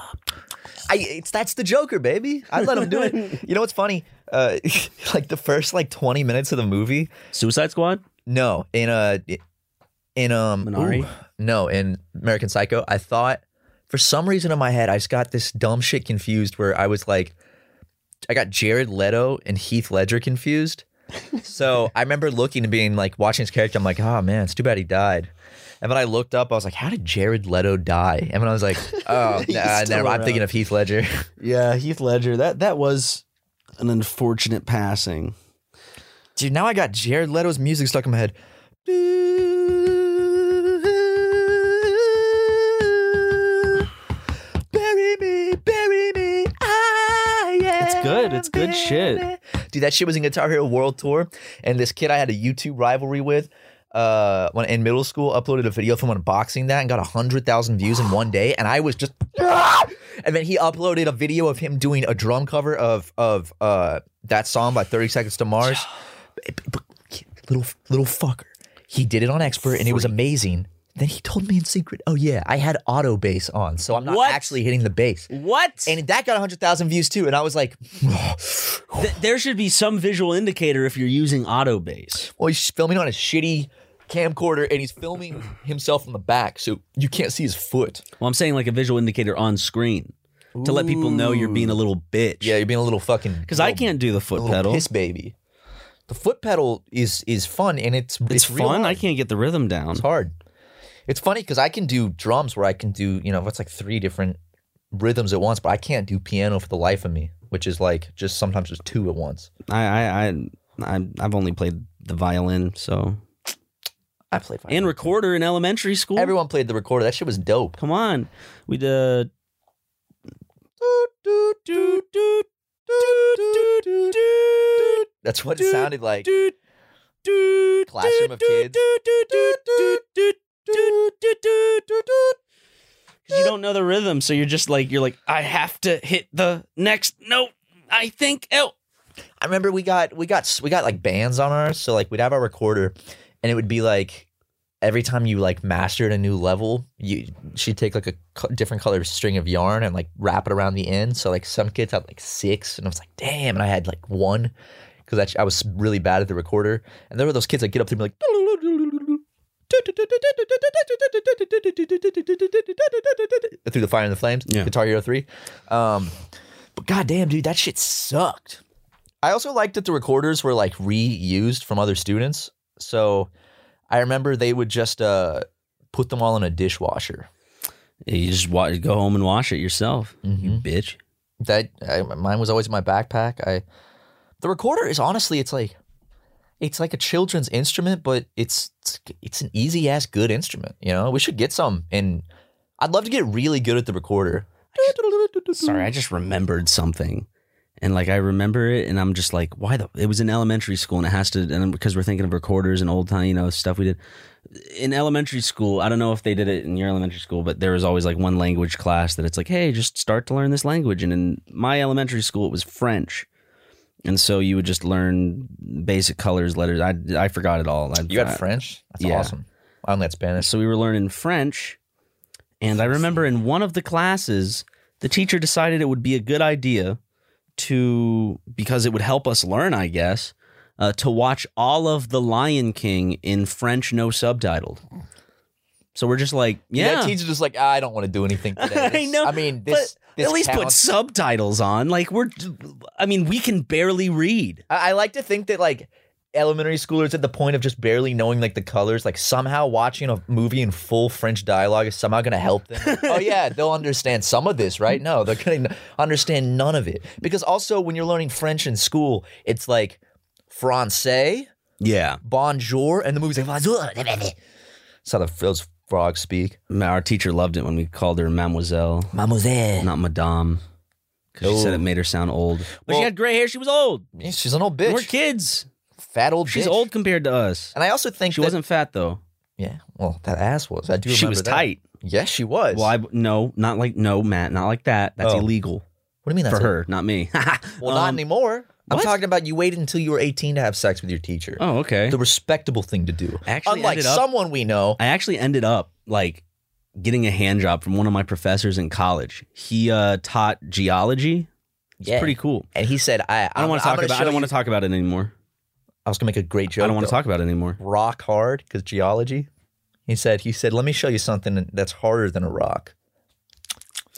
[SPEAKER 2] I, it's that's the Joker, baby. I let him do it. You know what's funny? Uh, like the first like twenty minutes of the movie.
[SPEAKER 1] Suicide Squad.
[SPEAKER 2] No, in uh in um
[SPEAKER 1] Minari?
[SPEAKER 2] no, in American Psycho. I thought for some reason in my head I just got this dumb shit confused where I was like, I got Jared Leto and Heath Ledger confused. so I remember looking and being like watching his character. I'm like, oh man, it's too bad he died. And when I looked up, I was like, how did Jared Leto die? And when I was like, oh, nah, never, mind, I'm thinking of Heath Ledger.
[SPEAKER 1] Yeah, Heath Ledger. That that was an unfortunate passing.
[SPEAKER 2] Dude, now I got Jared Leto's music stuck in my head. Bury me, bury me, I
[SPEAKER 4] It's good,
[SPEAKER 2] am
[SPEAKER 4] it's good shit.
[SPEAKER 2] Dude, that shit was in Guitar Hero World Tour, and this kid I had a YouTube rivalry with. Uh, when in middle school, uploaded a video of him unboxing that and got hundred thousand views in one day, and I was just, and then he uploaded a video of him doing a drum cover of of uh that song by Thirty Seconds to Mars little little fucker. He did it on expert and it was amazing. Then he told me in secret, "Oh yeah, I had auto bass on, so I'm not
[SPEAKER 1] What?
[SPEAKER 2] actually hitting the bass."
[SPEAKER 1] What?
[SPEAKER 2] And that got 100,000 views too, and I was like,
[SPEAKER 1] Th- there should be some visual indicator if you're using autobase.
[SPEAKER 2] "Well, he's filming on a shitty camcorder and he's filming himself from the back, so you can't see his foot."
[SPEAKER 1] Well, I'm saying like a visual indicator on screen to let people know you're being a little bitch.
[SPEAKER 2] Yeah, you're being a little fucking
[SPEAKER 1] because I can't do the foot
[SPEAKER 2] little
[SPEAKER 1] pedal.
[SPEAKER 2] piss baby. The foot pedal is is fun and it's
[SPEAKER 1] It's,
[SPEAKER 2] real
[SPEAKER 1] fun. I
[SPEAKER 2] hard.
[SPEAKER 1] can't get the rhythm down.
[SPEAKER 2] It's hard. It's funny because I can do drums where I can do, you know, it's like three different rhythms at once, but I can't do piano for the life of me, which is like just sometimes just two at once.
[SPEAKER 1] I, I, I, I'm- I've only played the violin, so
[SPEAKER 2] I played Final
[SPEAKER 1] and recorder in elementary school.
[SPEAKER 2] Everyone played the recorder. That shit was dope.
[SPEAKER 1] Come on. We did.
[SPEAKER 2] That's what it sounded like. Classroom of kids.
[SPEAKER 1] You don't know the rhythm, so you're just like you're like I have to hit the next note. I think oh
[SPEAKER 2] I remember we got we got we got like bands on ours, so like we'd have our recorder, and it would be like every time you like mastered a new level, you she'd take like a co- different color string of yarn and like wrap it around the end. So like some kids had like six, and I was like, damn, and I had like one because I, I was really bad at the recorder. And there were those kids that get up to me like. Through the fire and the flames,
[SPEAKER 1] Yeah.
[SPEAKER 2] Guitar Hero three, um, but goddamn, dude, that shit sucked. I also liked that the recorders were like reused from other students. So I remember they would just uh, put them all in a dishwasher.
[SPEAKER 1] you just wa- go home and wash it yourself, you bitch.
[SPEAKER 2] That I, mine was always in my backpack. I the recorder is honestly it's like it's like a children's instrument, but it's it's, it's an easy ass good instrument. You know, we should get some, and I'd love to get really good at the recorder.
[SPEAKER 1] Sorry, I just remembered something. And like I remember it and I'm just like, why the it was in elementary school and it has to and because we're thinking of recorders and old time, you know, stuff we did. In elementary school, I don't know if they did it in your elementary school, but there was always like one language class that it's like, hey, just start to learn this language. And in my elementary school it was French. And so you would just learn basic colors, letters. I, I forgot it all. I,
[SPEAKER 2] You
[SPEAKER 1] I-
[SPEAKER 2] had French? That's
[SPEAKER 1] yeah.
[SPEAKER 2] awesome. I only had Spanish.
[SPEAKER 1] Uh, so we were learning French. And I remember in one of the classes, the teacher decided it would be a good idea to, because it would help us learn, I guess, uh, to watch all of The Lion King in French, no subtitled. So we're just like, yeah.
[SPEAKER 2] that teacher's just like, "Ah, I don't want to do anything. Today.
[SPEAKER 1] I
[SPEAKER 2] This-
[SPEAKER 1] know,
[SPEAKER 2] I mean, this.
[SPEAKER 1] but
[SPEAKER 2] this
[SPEAKER 1] at least put
[SPEAKER 2] counts."
[SPEAKER 1] subtitles on. Like we're, I mean, we can barely read.
[SPEAKER 2] I, I like to think that like elementary schoolers at the point of just barely knowing like the colors, like somehow watching a movie in full French dialogue is somehow going to help them. Like, oh yeah, they'll understand some of this, right? No, they're going to understand none of it because also when you're learning French in school, it's like français,
[SPEAKER 1] Yeah,
[SPEAKER 2] bonjour, and the movie's like bonjour. That's how the, those frogs speak.
[SPEAKER 1] our teacher loved it when we called her Mademoiselle.
[SPEAKER 2] Mademoiselle.
[SPEAKER 1] not Madame. Because she said
[SPEAKER 2] Oh.
[SPEAKER 1] it made her sound old. But she
[SPEAKER 2] Well-
[SPEAKER 1] had gray hair. She was old.
[SPEAKER 2] Yeah, She's an old bitch.
[SPEAKER 1] We're kids.
[SPEAKER 2] Fat old
[SPEAKER 1] She's
[SPEAKER 2] bitch.
[SPEAKER 1] old compared to us.
[SPEAKER 2] And I also think
[SPEAKER 1] She
[SPEAKER 2] that-
[SPEAKER 1] wasn't fat though.
[SPEAKER 2] Yeah, well, that ass was. I do.
[SPEAKER 1] She
[SPEAKER 2] remember
[SPEAKER 1] was
[SPEAKER 2] that.
[SPEAKER 1] tight.
[SPEAKER 2] Yes, she was.
[SPEAKER 1] Well, I no, not like no, Matt, not like that. That's
[SPEAKER 2] Oh.
[SPEAKER 1] illegal
[SPEAKER 2] what do you mean that's
[SPEAKER 1] for
[SPEAKER 2] a-
[SPEAKER 1] her, not me.
[SPEAKER 2] Well, not
[SPEAKER 1] Um,
[SPEAKER 2] anymore.
[SPEAKER 1] what?
[SPEAKER 2] I'm talking about you waited until you were 18 to have sex with your teacher.
[SPEAKER 1] Oh, okay.
[SPEAKER 2] The respectable thing to do.
[SPEAKER 1] I actually
[SPEAKER 2] Unlike
[SPEAKER 1] ended up-
[SPEAKER 2] someone we know.
[SPEAKER 1] I actually ended up like getting a hand job from one of my professors in college. He uh, taught geology. It's
[SPEAKER 2] Yeah.
[SPEAKER 1] pretty cool.
[SPEAKER 2] And he said, I,
[SPEAKER 1] I don't want to talk about. I don't want to
[SPEAKER 2] to
[SPEAKER 1] talk about it anymore.
[SPEAKER 2] I was going to make a great joke.
[SPEAKER 1] I don't want to
[SPEAKER 2] though.
[SPEAKER 1] talk about it anymore.
[SPEAKER 2] Rock hard because geology. He said, he said, let me show you something that's harder than a rock.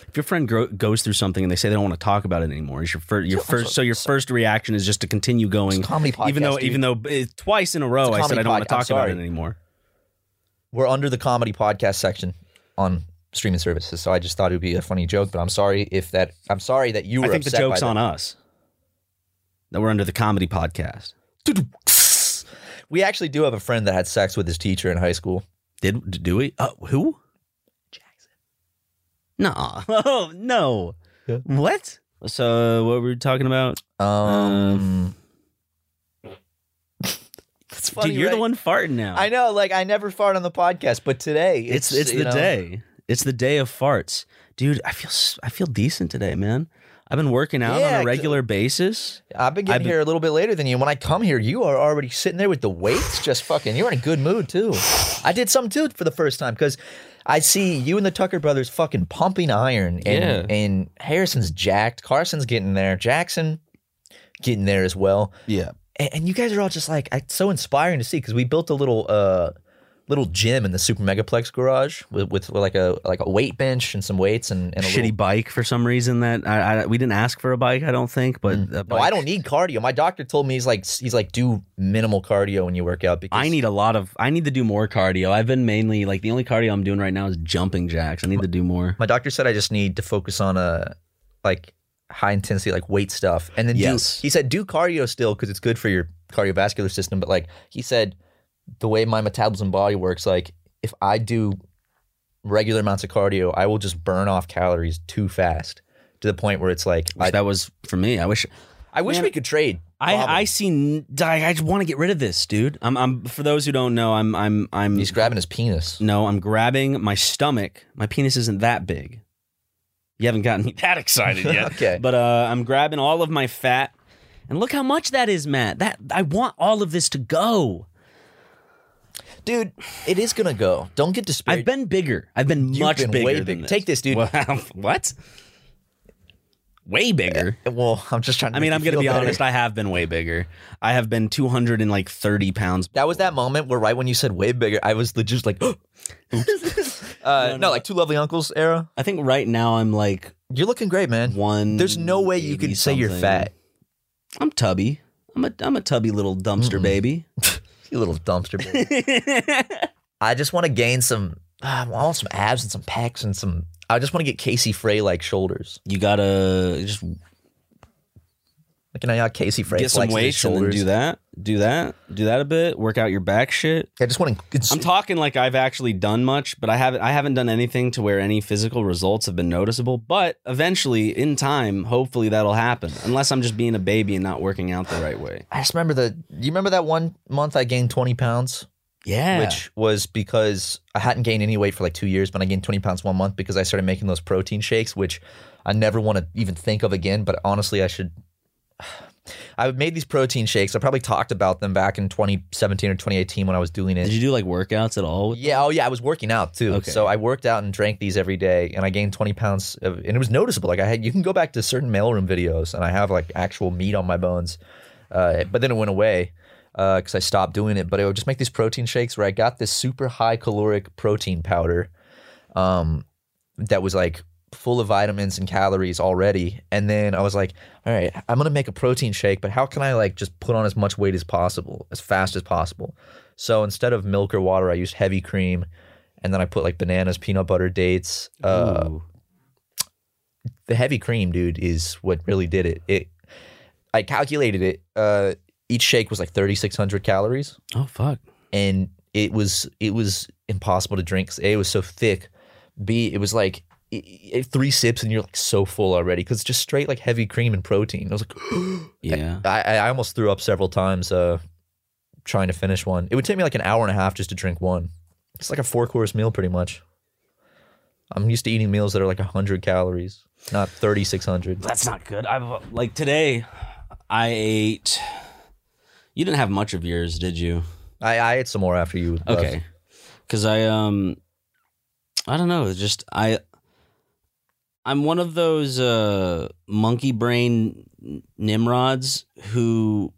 [SPEAKER 1] If your friend gro- goes through something and they say they don't want to talk about it anymore, is your first your first so your first reaction is just to continue going,
[SPEAKER 2] It's a comedy podcast.
[SPEAKER 1] even though
[SPEAKER 2] dude.
[SPEAKER 1] even though uh, twice in a row
[SPEAKER 2] It's a
[SPEAKER 1] I said
[SPEAKER 2] comedy
[SPEAKER 1] I don't want to
[SPEAKER 2] podcast.
[SPEAKER 1] talk
[SPEAKER 2] I'm
[SPEAKER 1] about it
[SPEAKER 2] sorry.
[SPEAKER 1] anymore.
[SPEAKER 2] we're under the comedy podcast section on streaming services. So I just thought it would be a funny joke, but I'm sorry if that, I'm sorry that you were
[SPEAKER 1] I think the
[SPEAKER 2] upset by
[SPEAKER 1] joke's
[SPEAKER 2] that.
[SPEAKER 1] on us that we're under the comedy podcast.
[SPEAKER 2] We actually do have a friend that had sex with his teacher in high school.
[SPEAKER 1] Did d- do we? Uh, who? Jackson. Nah. Oh no.
[SPEAKER 2] Yeah.
[SPEAKER 1] What? So what were we talking about?
[SPEAKER 2] Um, that's funny.
[SPEAKER 1] Dude, you're the
[SPEAKER 2] right?
[SPEAKER 1] one farting now.
[SPEAKER 2] I know. Like I never fart on the podcast, but today
[SPEAKER 1] It's
[SPEAKER 2] it's
[SPEAKER 1] it's,
[SPEAKER 2] you
[SPEAKER 1] the
[SPEAKER 2] know,
[SPEAKER 1] day. It's the day of farts, dude. I feel s- I feel decent today, man. I've been working out
[SPEAKER 2] Yeah,
[SPEAKER 1] on a
[SPEAKER 2] 'cause-
[SPEAKER 1] regular basis.
[SPEAKER 2] I've been getting
[SPEAKER 1] I've been-
[SPEAKER 2] here a little bit later than you. When I come here, you are already sitting there with the weights, just fucking. You're in a good mood too. I did something too for the first time because I see you and the Tucker brothers fucking pumping iron, and
[SPEAKER 1] Yeah.
[SPEAKER 2] and Harrison's jacked, Carson's getting there, Jackson getting there as well.
[SPEAKER 1] Yeah,
[SPEAKER 2] and, and you guys are all just like it's so inspiring to see because we built a little uh little gym in the super megaplex garage with, with like a like a weight bench and some weights and, and a
[SPEAKER 1] shitty
[SPEAKER 2] little,
[SPEAKER 1] bike for some reason that I, I we didn't ask for a bike. I don't think, but a
[SPEAKER 2] Mm. no
[SPEAKER 1] bike-
[SPEAKER 2] i don't need cardio my doctor told me he's like he's like do minimal cardio when you work out because
[SPEAKER 1] I need a lot of. I need to do more cardio. I've been mainly like the only cardio I'm doing right now is jumping jacks. I need to do more.
[SPEAKER 2] my doctor said i just need to focus on a like high intensity like weight stuff and then do-
[SPEAKER 1] Yes.
[SPEAKER 2] he said do cardio still because it's good for your cardiovascular system but like he said the way my metabolism body works, like if I do regular amounts of cardio, I will just burn off calories too fast to the point where it's like I,
[SPEAKER 1] that was for me. I wish
[SPEAKER 2] I wish
[SPEAKER 1] Man,
[SPEAKER 2] we could trade.
[SPEAKER 1] I
[SPEAKER 2] Bob.
[SPEAKER 1] I see. I, I just want to get rid of this, dude. I'm I'm for those who don't know. I'm I'm I'm.
[SPEAKER 2] He's grabbing his penis.
[SPEAKER 1] no, I'm grabbing my stomach. My penis isn't that big. You haven't gotten me that excited yet.
[SPEAKER 2] Okay.
[SPEAKER 1] But uh, I'm grabbing all of my fat, and look how much that is, Matt. That I want all of this to go.
[SPEAKER 2] Dude, it is gonna go. Don't get despaired.
[SPEAKER 1] I've been bigger. I've been
[SPEAKER 2] You've
[SPEAKER 1] much
[SPEAKER 2] been
[SPEAKER 1] bigger.
[SPEAKER 2] way
[SPEAKER 1] than
[SPEAKER 2] big-
[SPEAKER 1] This.
[SPEAKER 2] Take this, dude.
[SPEAKER 1] Wow. What? Way bigger.
[SPEAKER 2] well, I'm just trying to
[SPEAKER 1] I mean,
[SPEAKER 2] make
[SPEAKER 1] I'm
[SPEAKER 2] you
[SPEAKER 1] gonna
[SPEAKER 2] feel
[SPEAKER 1] be
[SPEAKER 2] better.
[SPEAKER 1] honest. I have been way bigger. I have been 200 and like 30 pounds.
[SPEAKER 2] That was that moment where right when you said way bigger, I was legit just like oops. uh, no, like two lovely uncles era.
[SPEAKER 1] I think right now I'm like
[SPEAKER 2] You're looking great, man.
[SPEAKER 1] one.
[SPEAKER 2] There's no way you
[SPEAKER 1] eighty
[SPEAKER 2] can say you're
[SPEAKER 1] something.
[SPEAKER 2] fat.
[SPEAKER 1] I'm tubby. I'm a I'm a tubby little dumpster baby.
[SPEAKER 2] You little dumpster. baby. I just want to gain some. ah, I want some abs and some pecs and some. I just want to get Casey Frey like shoulders.
[SPEAKER 1] you gotta just
[SPEAKER 2] Like you know, how Casey Frey
[SPEAKER 1] get some
[SPEAKER 2] flexes his
[SPEAKER 1] weights and then
[SPEAKER 2] shoulders.
[SPEAKER 1] do that, do that, do that a bit. Work out your back shit.
[SPEAKER 2] I just want to.
[SPEAKER 1] I'm talking like I've actually done much, but I haven't. I haven't done anything to where any physical results have been noticeable. But eventually, in time, hopefully that'll happen. Unless I'm just being a baby and not working out the right way.
[SPEAKER 2] I just remember the. You remember that one month I gained 20 pounds,
[SPEAKER 1] Yeah. Which
[SPEAKER 2] which was because I hadn't gained any weight for like two years, but I gained 20 pounds one month because I started making those protein shakes, which I never want to even think of again. But honestly, I should. I made these protein shakes. I probably talked about them back in 2017 or 2018 when I was doing it.
[SPEAKER 1] did you do like workouts at all? With
[SPEAKER 2] Yeah. Oh, yeah. I was working out too.
[SPEAKER 1] Okay.
[SPEAKER 2] So I worked out and drank these every day, and I gained twenty pounds, of, and it was noticeable. Like I had, you can go back to certain mailroom videos, and I have like actual meat on my bones. Uh, but then it went away because I stopped doing it. But it would just make these protein shakes where I got this super high caloric protein powder, um, that was like full of vitamins and calories already. And then I was like, all right, I'm gonna make a protein shake, but how can I like just put on as much weight as possible, as fast as possible? So instead of milk or water, I used heavy cream, and then I put like bananas, peanut butter, dates. Uh,
[SPEAKER 1] Ooh.
[SPEAKER 2] the heavy cream, dude, is what really did it. It, I calculated it. Uh, each shake was like 3,600 calories,
[SPEAKER 1] Oh fuck.
[SPEAKER 2] and it was it was impossible to drink. 'cause A, it was so thick. B, it was like i- i- three sips and you're like so full already because just straight like heavy cream and protein. I was like.
[SPEAKER 1] Yeah.
[SPEAKER 2] I, I almost threw up several times uh, trying to finish one. It would take me like an hour and a half just to drink one. It's like a four course meal, pretty much. I'm used to eating meals that are like 100 calories, not 3,600.
[SPEAKER 1] That's not good. I've like today, I ate. You didn't have much of yours, did you?
[SPEAKER 2] I, I ate some more after you. with love.
[SPEAKER 1] Okay, because I um, I don't know. it's Just I, I'm one of those uh monkey brain nimrods who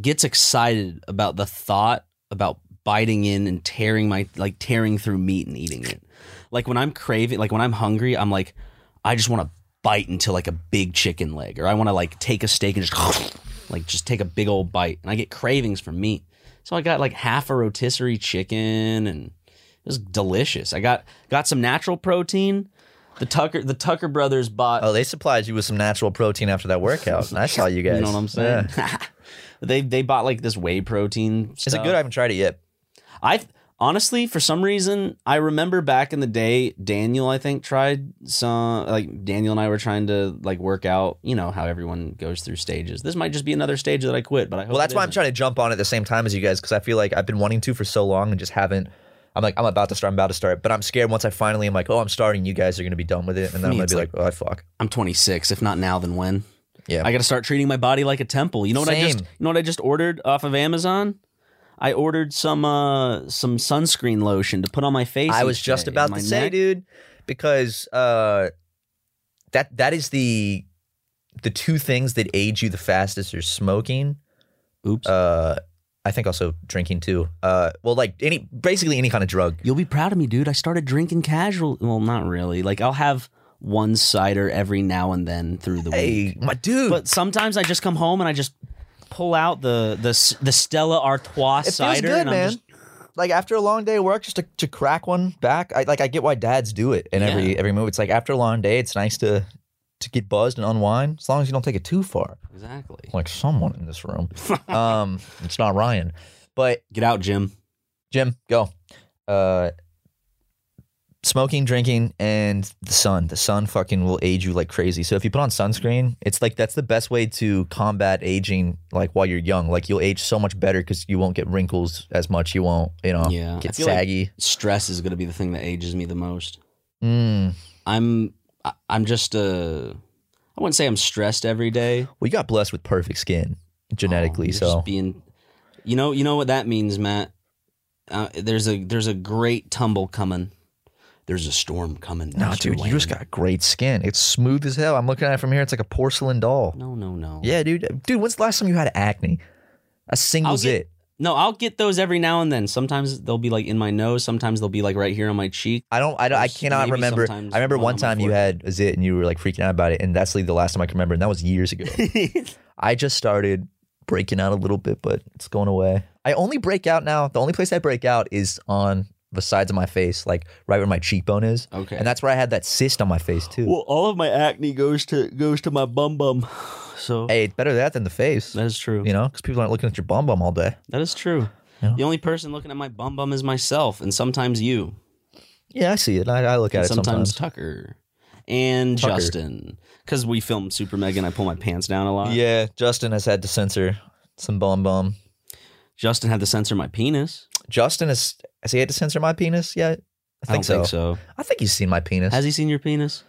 [SPEAKER 1] gets excited about the thought about biting in and tearing my like tearing through meat and eating it. Like when I'm craving, like when I'm hungry, I'm like, I just want to bite into like a big chicken leg, or I want to like take a steak and just like just take a big old bite, and I get cravings for meat. So I got like half a rotisserie chicken, and it was delicious. I got got some natural protein. The Tucker the Tucker brothers bought.
[SPEAKER 2] Oh, they supplied you with some natural protein after that workout. I saw you guys.
[SPEAKER 1] You know what I'm saying? they they bought like this whey protein.
[SPEAKER 2] Is it
[SPEAKER 1] stuff.
[SPEAKER 2] good? I haven't tried it yet.
[SPEAKER 1] I honestly, for some reason, I remember back in the day, Daniel, I think, tried some like Daniel and I were trying to like work out, you know, how everyone goes through stages. This might just be another stage that I quit, but I hope
[SPEAKER 2] Well, that's
[SPEAKER 1] it
[SPEAKER 2] why I'm
[SPEAKER 1] isn't.
[SPEAKER 2] trying to jump on at the same time as you guys because I feel like I've been wanting to for so long and just haven't. I'm like, I'm about to start, I'm about to start, but I'm scared once I finally am like, oh, I'm starting, you guys are going to be done with it. And then I'm
[SPEAKER 1] me,
[SPEAKER 2] going
[SPEAKER 1] it's
[SPEAKER 2] to be like, oh, fuck.
[SPEAKER 1] I'm 26. If not now, then when?
[SPEAKER 2] Yeah.
[SPEAKER 1] I got to start treating my body like a temple. You know what I just
[SPEAKER 2] Same.
[SPEAKER 1] you know what I just ordered off of Amazon? I ordered some uh some sunscreen lotion to put on my face.
[SPEAKER 2] I
[SPEAKER 1] each
[SPEAKER 2] was just
[SPEAKER 1] day and
[SPEAKER 2] about
[SPEAKER 1] my
[SPEAKER 2] to say,
[SPEAKER 1] neck.
[SPEAKER 2] dude, because uh, that that is the the two things that age you the fastest are smoking.
[SPEAKER 1] Oops.
[SPEAKER 2] Uh, I think also drinking too. Uh, well, like any basically any kind of drug.
[SPEAKER 1] You'll be proud of me, dude. I started drinking casual. Well, not really. Like I'll have one cider every now and then through the
[SPEAKER 2] Hey,
[SPEAKER 1] week.
[SPEAKER 2] my dude.
[SPEAKER 1] But sometimes I just come home and I just pull out the the the Stella Artois
[SPEAKER 2] it feels
[SPEAKER 1] cider
[SPEAKER 2] good,
[SPEAKER 1] and
[SPEAKER 2] man.
[SPEAKER 1] I'm just
[SPEAKER 2] like after a long day of work, just to, to crack one back. I like I get why dads do it in every every move. It's like after a long day, it's nice to to get buzzed and unwind, as long as you don't take it too far.
[SPEAKER 1] exactly.
[SPEAKER 2] Like someone in this room, um, it's not Ryan. But
[SPEAKER 1] Get out, Jim.
[SPEAKER 2] Jim, go. Uh, smoking, drinking, and the sun. The sun fucking will age you like crazy. So if you put on sunscreen, it's like that's the best way to combat aging. Like while you're young, like you'll age so much better because you won't get wrinkles as much. You won't, you know,
[SPEAKER 1] Yeah, I
[SPEAKER 2] get
[SPEAKER 1] feel like-
[SPEAKER 2] saggy.
[SPEAKER 1] Stress is going to be the thing that ages me the most.
[SPEAKER 2] Mm.
[SPEAKER 1] I'm I- I'm just uh I wouldn't say I'm stressed every day.
[SPEAKER 2] Well, you got blessed with perfect skin genetically,
[SPEAKER 1] Oh, You're
[SPEAKER 2] so
[SPEAKER 1] just being you know you know what that means matt uh, there's a there's a great tumble coming there's a storm coming
[SPEAKER 2] No,
[SPEAKER 1] Master
[SPEAKER 2] dude, you just
[SPEAKER 1] Wayne.
[SPEAKER 2] got great skin. It's smooth as hell. I'm looking at it from here. It's like a porcelain doll.
[SPEAKER 1] no no no
[SPEAKER 2] Yeah, dude. Dude, when's the last time you had acne? A single's
[SPEAKER 1] get-
[SPEAKER 2] it.
[SPEAKER 1] no i'll get those every now and then sometimes they'll be like in my nose sometimes they'll be like right here on my cheek
[SPEAKER 2] I don't. I don't. I
[SPEAKER 1] There's
[SPEAKER 2] cannot
[SPEAKER 1] maybe
[SPEAKER 2] remember. I
[SPEAKER 1] sometimes
[SPEAKER 2] remember
[SPEAKER 1] one
[SPEAKER 2] one
[SPEAKER 1] on my
[SPEAKER 2] time you had a zit and you were like freaking out about it, and that's like the last time I can remember, and that was years ago. I just started breaking out a little bit, but it's going away. I only break out now. The only place I break out is on the sides of my face, like right where my cheekbone is,
[SPEAKER 1] okay
[SPEAKER 2] and that's where I had that cyst on my face too.
[SPEAKER 1] well all of my acne goes to goes to my bum bum so
[SPEAKER 2] Hey, it's better that than the face,
[SPEAKER 1] that is true
[SPEAKER 2] you know, because people aren't looking at your bum bum all day.
[SPEAKER 1] that is true
[SPEAKER 2] Yeah.
[SPEAKER 1] the only person looking at my bum bum is myself and sometimes you
[SPEAKER 2] Yeah, I see it. I, I look at
[SPEAKER 1] and
[SPEAKER 2] it
[SPEAKER 1] sometimes,
[SPEAKER 2] sometimes.
[SPEAKER 1] Tucker and
[SPEAKER 2] Tucker.
[SPEAKER 1] Justin because we film Super Mega and I pull my pants down a lot.
[SPEAKER 2] Yeah, Justin has had to censor some bum bum.
[SPEAKER 1] Justin had to censor my penis.
[SPEAKER 2] Justin has has he had to censor my penis yet? I think,
[SPEAKER 1] don't
[SPEAKER 2] so.
[SPEAKER 1] think so.
[SPEAKER 2] I think he's seen my penis.
[SPEAKER 1] Has he seen your penis?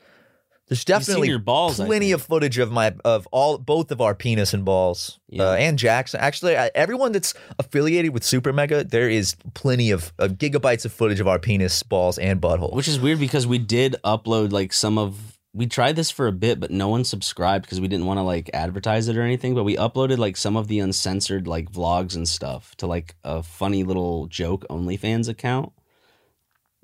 [SPEAKER 2] There's
[SPEAKER 1] He's seen
[SPEAKER 2] definitely
[SPEAKER 1] your balls, I
[SPEAKER 2] plenty
[SPEAKER 1] think.
[SPEAKER 2] of footage of my of all both of our penis and balls.
[SPEAKER 1] Yeah.
[SPEAKER 2] Uh, and Jackson. Actually, I, everyone that's affiliated with Super Mega, there is plenty of, of gigabytes of footage of our penis, balls, and butthole.
[SPEAKER 1] Which is weird because we did upload like some of. We tried this for a bit, but no one subscribed because we didn't want to like advertise it or anything. But we uploaded like some of the uncensored like vlogs and stuff to like a funny little joke OnlyFans account,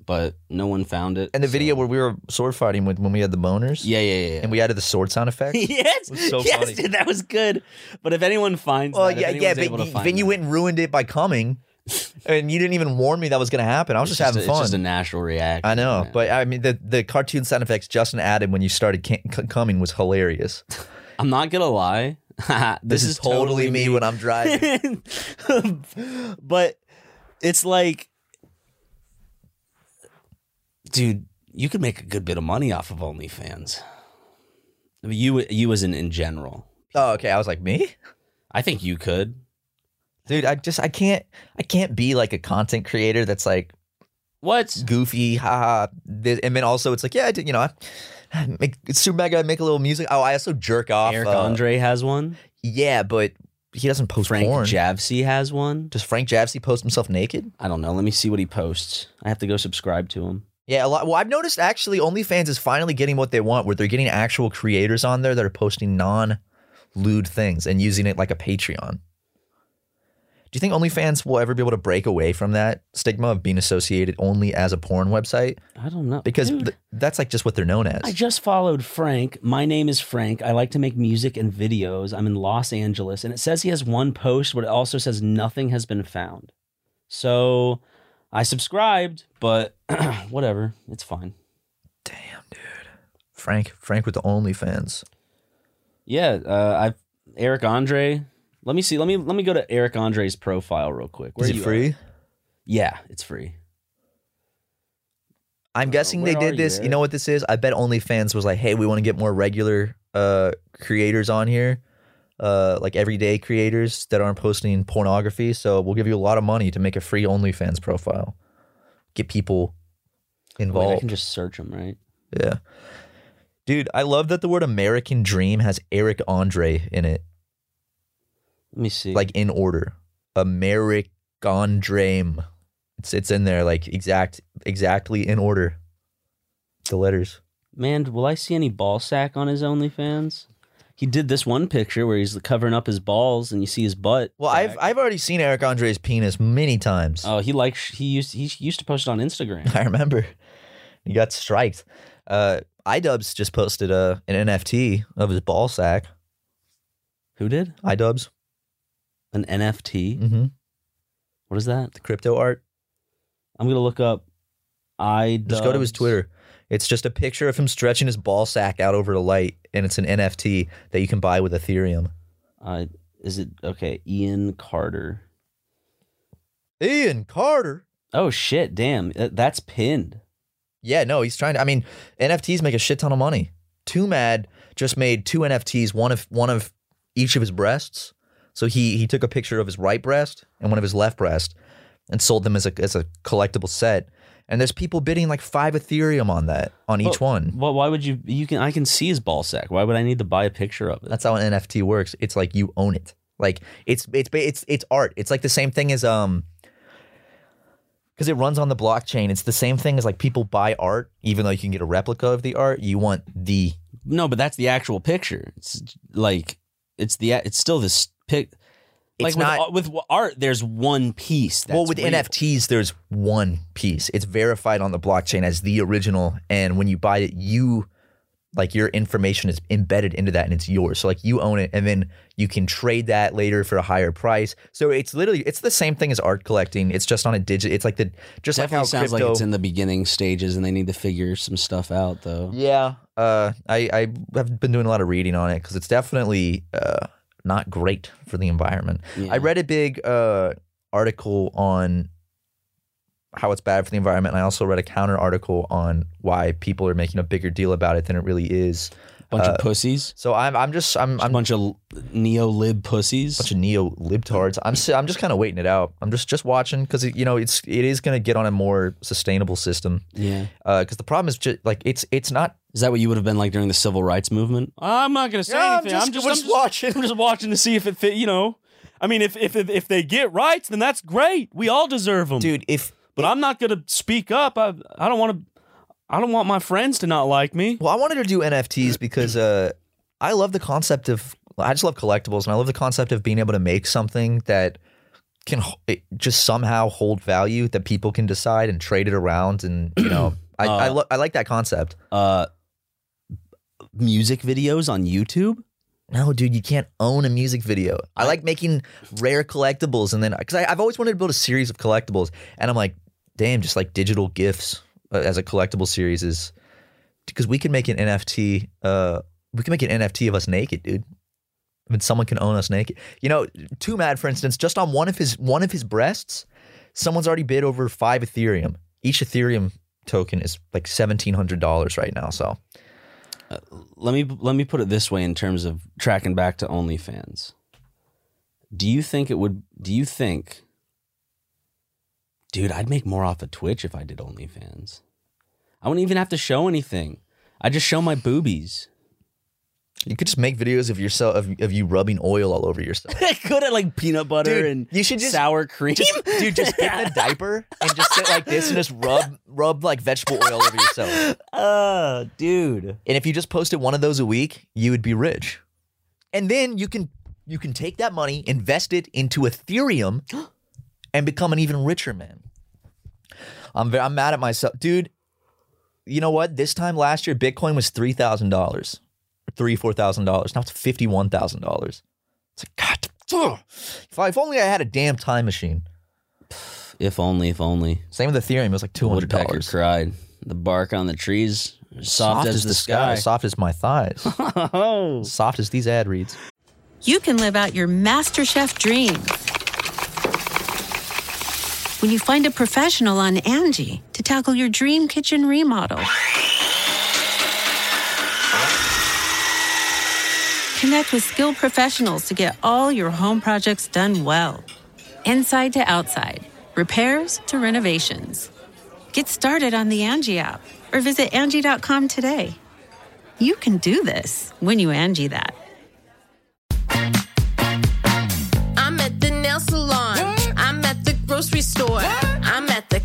[SPEAKER 1] but no one found it.
[SPEAKER 2] and the
[SPEAKER 1] so-
[SPEAKER 2] video where we were sword fighting with when we had the boners.
[SPEAKER 1] yeah, yeah, yeah, yeah.
[SPEAKER 2] And we added the sword sound effect.
[SPEAKER 1] yes,
[SPEAKER 2] was so
[SPEAKER 1] yes,
[SPEAKER 2] funny.
[SPEAKER 1] dude, that was good. But if anyone finds,
[SPEAKER 2] Well,
[SPEAKER 1] that, if
[SPEAKER 2] Oh, yeah, yeah,
[SPEAKER 1] anyone's
[SPEAKER 2] but
[SPEAKER 1] able to
[SPEAKER 2] y-
[SPEAKER 1] find
[SPEAKER 2] then you
[SPEAKER 1] that,
[SPEAKER 2] went and ruined it by coming, and you didn't even warn me that was going to happen. I was
[SPEAKER 1] it's
[SPEAKER 2] just having
[SPEAKER 1] a-
[SPEAKER 2] fun.
[SPEAKER 1] It's just a natural reaction.
[SPEAKER 2] I know,
[SPEAKER 1] man.
[SPEAKER 2] but I mean the the cartoon sound effects Justin added when you started can- c- coming was hilarious.
[SPEAKER 1] I'm not gonna lie. this,
[SPEAKER 2] This, is, totally, me when I'm driving.
[SPEAKER 1] I'm. but it's like, dude, you could make a good bit of money off of OnlyFans. I mean, you, you as an in general,
[SPEAKER 2] oh, okay. I was like, me,
[SPEAKER 1] I think you could.
[SPEAKER 2] dude. I just I can't I can't be like a content creator that's like
[SPEAKER 1] What?
[SPEAKER 2] goofy, haha. This, and then also it's like, yeah, I did, you know, I make it's super mega. I make a little music. Oh, I also jerk off.
[SPEAKER 1] Eric
[SPEAKER 2] uh,
[SPEAKER 1] Andre has one.
[SPEAKER 2] Yeah, but he doesn't post
[SPEAKER 1] Frank
[SPEAKER 2] porn.
[SPEAKER 1] Javsey has one.
[SPEAKER 2] Does Frank Javsey post himself naked?
[SPEAKER 1] I don't know. Let me see what he posts. I have to go subscribe to him.
[SPEAKER 2] Yeah, a lot. Well, I've noticed actually, OnlyFans is finally getting what they want, where they're getting actual creators on there that are posting non-lewd things and using it like a Patreon. Do you think OnlyFans will ever be able to break away from that stigma of being associated only as a porn website?
[SPEAKER 1] I don't know
[SPEAKER 2] Because
[SPEAKER 1] Dude.
[SPEAKER 2] th- that's like just what they're known as.
[SPEAKER 1] I just followed Frank. My name is Frank. I like to make music and videos. I'm in Los Angeles. And it says he has one post, but it also says nothing has been found. So I subscribed, but whatever. It's fine.
[SPEAKER 2] Frank, Frank with the OnlyFans.
[SPEAKER 1] Yeah, uh, I've Eric Andre. Let me see. Let me let me go to Eric Andre's profile real quick. Where
[SPEAKER 2] Is
[SPEAKER 1] are
[SPEAKER 2] it
[SPEAKER 1] you
[SPEAKER 2] free?
[SPEAKER 1] at? Yeah, it's free.
[SPEAKER 2] I'm
[SPEAKER 1] Uh,
[SPEAKER 2] guessing they
[SPEAKER 1] where are
[SPEAKER 2] did
[SPEAKER 1] you,
[SPEAKER 2] this. You,
[SPEAKER 1] Eric?
[SPEAKER 2] know what this is? I bet OnlyFans was like, "Hey, we want to get more regular uh, creators on here, uh, like everyday creators that aren't posting pornography. So we'll give you a lot of money to make a free OnlyFans profile, get people
[SPEAKER 1] Wait, I
[SPEAKER 2] involved."
[SPEAKER 1] can just search him, right?
[SPEAKER 2] yeah, dude, I love that the word "American Dream" has Eric Andre in it,
[SPEAKER 1] Let me see.
[SPEAKER 2] like in order. American Dream, it's it's in there like exact exactly in order. The letters.
[SPEAKER 1] Man, will I see any ball sack on his OnlyFans? He did this one picture where he's covering up his balls and you see his butt.
[SPEAKER 2] Well, I've I've already seen Eric Andre's penis many times.
[SPEAKER 1] Oh, he likes he used he used to post it on Instagram.
[SPEAKER 2] I remember he got striked. Uh, iDubbbz just posted a an NFT of his ball sack.
[SPEAKER 1] Who did
[SPEAKER 2] iDubbbz,
[SPEAKER 1] an NFT?
[SPEAKER 2] mm-hmm.
[SPEAKER 1] What is that?
[SPEAKER 2] the crypto art.
[SPEAKER 1] I'm gonna look up. I
[SPEAKER 2] Just go to his Twitter. It's just a picture of him stretching his ball sack out over the light, and it's an NFT that you can buy with Ethereum.
[SPEAKER 1] Uh, is it okay? Ian Carter.
[SPEAKER 2] Ian Carter.
[SPEAKER 1] Oh shit! Damn, Th- that's pinned.
[SPEAKER 2] Yeah, no, he's trying to. I mean, NFTs make a shit ton of money. Too Mad just made two NFTs, one of one of each of his breasts. So he he took a picture of his right breast and one of his left breast, and sold them as a as a collectible set. And there's people bidding like five Ethereum on that on each
[SPEAKER 1] Well-
[SPEAKER 2] one.
[SPEAKER 1] Well, why would you? You can. I can see his ball sack. Why would I need to buy a picture of it?
[SPEAKER 2] That's how an NFT works. It's like you own it. Like it's it's ba- it's it's art. It's like the same thing as um. Because it runs on the blockchain, it's the same thing as like people buy art, even though you can get a replica of the art. You want the
[SPEAKER 1] No, but that's the actual picture. It's like it's the it's still this pic. like
[SPEAKER 2] It's not-
[SPEAKER 1] with, with art, there's one piece. That's
[SPEAKER 2] well, with
[SPEAKER 1] real.
[SPEAKER 2] NFTs, there's one piece. It's verified on the blockchain as the original, and when you buy it, you like your information is embedded into that, and it's yours. So like you own it, and then you can trade that later for a higher price. So it's literally it's the same thing as art collecting. It's just on a digit. It's like the just
[SPEAKER 1] definitely
[SPEAKER 2] like how
[SPEAKER 1] sounds
[SPEAKER 2] crypto,
[SPEAKER 1] like it's in the beginning stages, and they need to figure some stuff out though.
[SPEAKER 2] yeah, uh, I I have been doing a lot of reading on it because it's definitely uh, not great for the environment.
[SPEAKER 1] Yeah.
[SPEAKER 2] I read a big uh, article on how it's bad for the environment, and I also read a counter article on why people are making a bigger deal about it than it really is.
[SPEAKER 1] bunch
[SPEAKER 2] uh,
[SPEAKER 1] of pussies,
[SPEAKER 2] So I'm I'm just I'm
[SPEAKER 1] a
[SPEAKER 2] I'm a
[SPEAKER 1] bunch of neo lib pussies.
[SPEAKER 2] bunch of neo libtards. I'm si- I'm just kind of waiting it out. I'm just just watching because you know it's it is gonna get on a more sustainable system
[SPEAKER 1] yeah,
[SPEAKER 2] because the problem is just like it's it's not.
[SPEAKER 1] is that what you would have been like during the civil rights movement? I'm not gonna say
[SPEAKER 2] Yeah, I'm
[SPEAKER 1] anything. I'm
[SPEAKER 2] just-
[SPEAKER 1] just,
[SPEAKER 2] we're
[SPEAKER 1] I'm
[SPEAKER 2] just watching.
[SPEAKER 1] I'm just watching to see if it fit. You know, I mean, if if if they get rights, then that's great. We all deserve them,
[SPEAKER 2] Dude, if
[SPEAKER 1] But I'm not gonna speak up. I I don't want to. I don't want my friends to not like me.
[SPEAKER 2] Well, I wanted to do NFTs because uh, I love the concept of I just love collectibles and I love the concept of being able to make something that can h- it just somehow hold value that people can decide and trade it around and you know I I,
[SPEAKER 1] Uh,
[SPEAKER 2] lo- I like that concept.
[SPEAKER 1] Uh, music videos on YouTube.
[SPEAKER 2] No, dude, you can't own a music video. I like making rare collectibles and then because I've always wanted to build a series of collectibles and I'm like, damn, just like digital gifts uh, as a collectible series is because we can make an NFT. Uh, we can make an NFT of us naked, dude. I mean, someone can own us naked. You know, Too Mad, for instance, just on one of his one of his breasts, someone's already bid over five Ethereum. Each Ethereum token is like seventeen hundred dollars right now. So
[SPEAKER 1] let me let me put it this way in terms of tracking back to OnlyFans. Do you think it would? Do you think, dude? I'd make more off of Twitch if I did OnlyFans. I wouldn't even have to show anything. I just show my boobies.
[SPEAKER 2] you could just make videos of yourself of, of you rubbing oil all over yourself.
[SPEAKER 1] I could have like peanut butter
[SPEAKER 2] Dude,
[SPEAKER 1] and
[SPEAKER 2] you should just-
[SPEAKER 1] sour cream.
[SPEAKER 2] Just- dude, just get the diaper and just sit like this and just rub rub like vegetable oil over yourself.
[SPEAKER 1] Uh, dude.
[SPEAKER 2] And if you just posted one of those a week, you would be rich. And then you can you can take that money, invest it into Ethereum, and become an even richer man. I'm ve- I'm mad at myself, dude. You know what? This time last year, Bitcoin was three thousand dollars, three four thousand dollars. Now it's fifty one thousand dollars. It's like God. If, I, if only I had a damn time machine.
[SPEAKER 1] If only, if only.
[SPEAKER 2] Same with Ethereum. It was like two hundred
[SPEAKER 1] Woodpecker
[SPEAKER 2] dollars.
[SPEAKER 1] cried. The bark on the trees, soft, as, the, sky.
[SPEAKER 2] Soft as my thighs.
[SPEAKER 1] Oh.
[SPEAKER 2] soft as these ad reads.
[SPEAKER 5] you can live out your master chef dream when you find a professional on Angie to tackle your dream kitchen remodel. Connect with skilled professionals to get all your home projects done well. Inside to outside, repairs to renovations. Get started on the Angie app or visit Angie.com today. You can do this when you Angie that.
[SPEAKER 6] I'm at the nail salon. I'm at the grocery store. I'm at the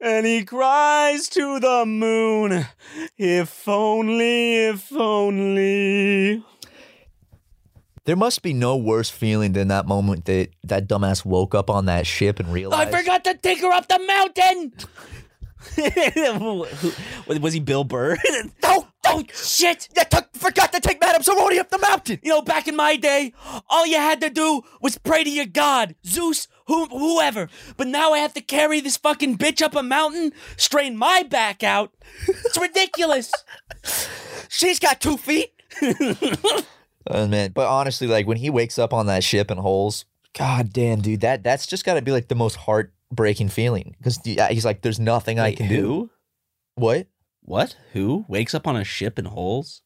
[SPEAKER 1] And he cries to the moon, if only, if only.
[SPEAKER 2] There must be no worse feeling than that moment that that dumbass woke up on that ship and
[SPEAKER 1] I
[SPEAKER 2] realized.
[SPEAKER 1] forgot to take her up the mountain. Was he Bill Burr? no,
[SPEAKER 7] Oh shit! I took- forgot to take Madame Sorority up the mountain. You know, back in my day, all you had to do was pray to your god, Zeus, who, whoever. But now I have to carry this fucking bitch up a mountain, strain my back out. It's ridiculous. She's got two feet.
[SPEAKER 2] Oh, man. But honestly, like when he wakes up on that ship in holes, god damn, dude, that that's just got to be like the most heartbreaking feeling because he's like, there's nothing I
[SPEAKER 1] Wait,
[SPEAKER 2] can
[SPEAKER 1] who?
[SPEAKER 2] do. What?
[SPEAKER 1] What? Who wakes up on a ship in holes?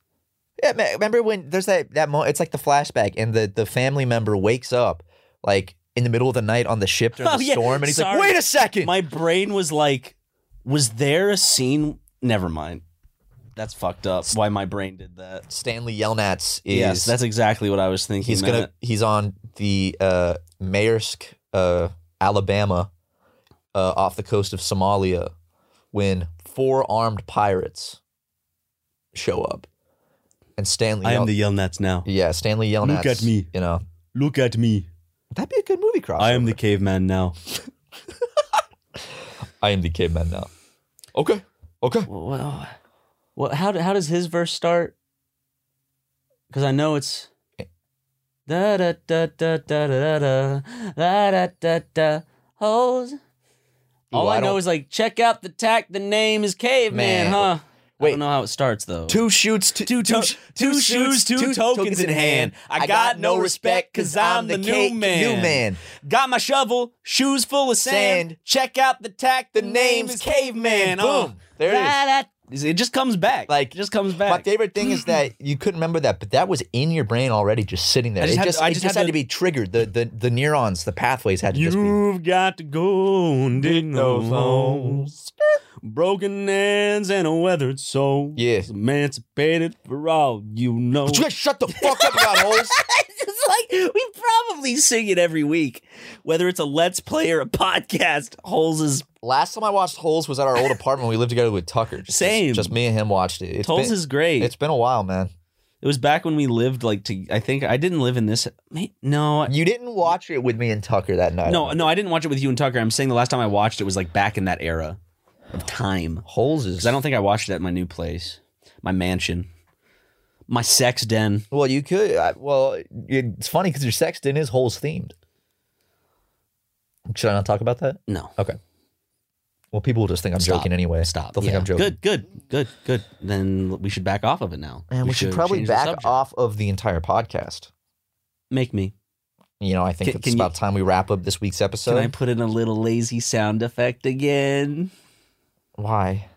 [SPEAKER 2] Yeah, ma- remember when there's that that moment? It's like the flashback, and the the family member wakes up like in the middle of the night on the ship during the storm, and he's like, wait a second.
[SPEAKER 1] Oh, My brain was like, was there a scene? Never mind. That's fucked up. Why my brain did that?
[SPEAKER 2] Stanley Yelnats is
[SPEAKER 1] yes. That's exactly what I was thinking.
[SPEAKER 2] He's gonna
[SPEAKER 1] Matt.
[SPEAKER 2] he's on the uh Maersk, uh Alabama, uh off the coast of Somalia when four armed pirates show up. And Stanley
[SPEAKER 1] I am
[SPEAKER 2] Yel-
[SPEAKER 1] the Yelnats now.
[SPEAKER 2] Yeah, Stanley Yelnats.
[SPEAKER 1] Look at me.
[SPEAKER 2] You know.
[SPEAKER 1] Look at me.
[SPEAKER 2] That'd be a good movie crossover.
[SPEAKER 1] I am the caveman now.
[SPEAKER 2] I am the caveman now. Okay. Okay.
[SPEAKER 1] Well, well how, do- how does his verse start? Because I know it's. Da da da da da da da da da da da hoes. All
[SPEAKER 7] Ooh, I
[SPEAKER 1] I, know
[SPEAKER 7] don't-
[SPEAKER 1] is like check out the tack. The name is Caveman,
[SPEAKER 7] Man.
[SPEAKER 1] huh? Wait, I don't know how it starts though.
[SPEAKER 2] Two shoots, two two
[SPEAKER 1] two, shoes, two, tokens in hand. I, got, no respect because I'm the new
[SPEAKER 7] cake-
[SPEAKER 1] man.
[SPEAKER 7] new man.
[SPEAKER 1] Got my shovel, shoes full of sand.
[SPEAKER 7] Sand.
[SPEAKER 1] Check out the tack. The, name is Caveman. Oh,
[SPEAKER 7] Boom. There it is.
[SPEAKER 1] is. It just comes back. Like it just comes back.
[SPEAKER 2] My favorite thing is that you couldn't remember that, but that was in your brain already, just sitting there.
[SPEAKER 1] I just
[SPEAKER 2] it
[SPEAKER 1] had
[SPEAKER 2] just,
[SPEAKER 1] to- I
[SPEAKER 2] it
[SPEAKER 1] just
[SPEAKER 2] just,
[SPEAKER 1] had
[SPEAKER 2] had,
[SPEAKER 1] to-
[SPEAKER 2] to be triggered. The, the the neurons, the pathways had to just be.
[SPEAKER 1] You've got to go and dig those holes. Broken hands and a weathered soul. Yes. Emancipated for all you know. But
[SPEAKER 2] you guys shut the fuck up about holes.
[SPEAKER 1] it's like we probably sing it every week, whether it's a let's play or a podcast. Holes is
[SPEAKER 2] Last time I watched Holes was at our old apartment. We lived together with Tucker. Just,
[SPEAKER 1] Same.
[SPEAKER 2] Just, me and him watched it. It's
[SPEAKER 1] Holes
[SPEAKER 2] been-
[SPEAKER 1] is great.
[SPEAKER 2] It's been a while, man.
[SPEAKER 1] It was back when we lived like to. I think I didn't live in this. ma- No, I-
[SPEAKER 2] You didn't watch it with me and Tucker that night.
[SPEAKER 1] no, no. I didn't watch it with you and Tucker. I'm saying the last time I watched it was like back in that era of time.
[SPEAKER 2] Holes is.
[SPEAKER 1] 'Cause I don't think I watched it at my new place, my mansion, my sex den.
[SPEAKER 2] Well, you could. I, well, it's funny because your sexton is Holes themed. Should I not talk about that?
[SPEAKER 1] No.
[SPEAKER 2] Okay. Well, people will just think I'm
[SPEAKER 1] Stop.
[SPEAKER 2] joking anyway.
[SPEAKER 1] Stop.
[SPEAKER 2] They'll think
[SPEAKER 1] Yeah.
[SPEAKER 2] I'm joking.
[SPEAKER 1] Good, good, good, good. Then we should back off of it now.
[SPEAKER 2] And we, should, probably
[SPEAKER 1] change the
[SPEAKER 2] back
[SPEAKER 1] subject.
[SPEAKER 2] off of the entire podcast.
[SPEAKER 1] Make me.
[SPEAKER 2] You know, I think
[SPEAKER 1] Can-
[SPEAKER 2] it's
[SPEAKER 1] can you-
[SPEAKER 2] about time we wrap up this week's episode.
[SPEAKER 1] Can I put in a little lazy sound effect again?
[SPEAKER 2] Why?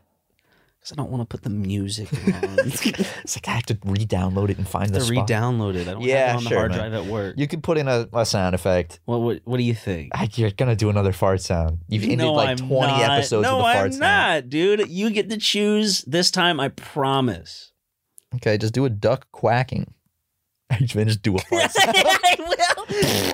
[SPEAKER 1] Because I don't want to put the music on.
[SPEAKER 2] It's like I have to re-download it and find the
[SPEAKER 1] to
[SPEAKER 2] spot.
[SPEAKER 1] re-download it. I don't
[SPEAKER 2] Yeah,
[SPEAKER 1] have it on the
[SPEAKER 2] sure,
[SPEAKER 1] hard
[SPEAKER 2] man.
[SPEAKER 1] drive at work.
[SPEAKER 2] You could put in a, a sound effect.
[SPEAKER 1] What, what What do you think?
[SPEAKER 2] I, you're gonna do another fart sound. You've ended
[SPEAKER 1] No,
[SPEAKER 2] like
[SPEAKER 1] I'm
[SPEAKER 2] 20
[SPEAKER 1] not.
[SPEAKER 2] episodes
[SPEAKER 1] No,
[SPEAKER 2] with a fart
[SPEAKER 1] I'm
[SPEAKER 2] sound.
[SPEAKER 1] not, dude. You get to choose this time. I promise.
[SPEAKER 2] Okay, just do a duck quacking. You can just do a fart sound.
[SPEAKER 7] I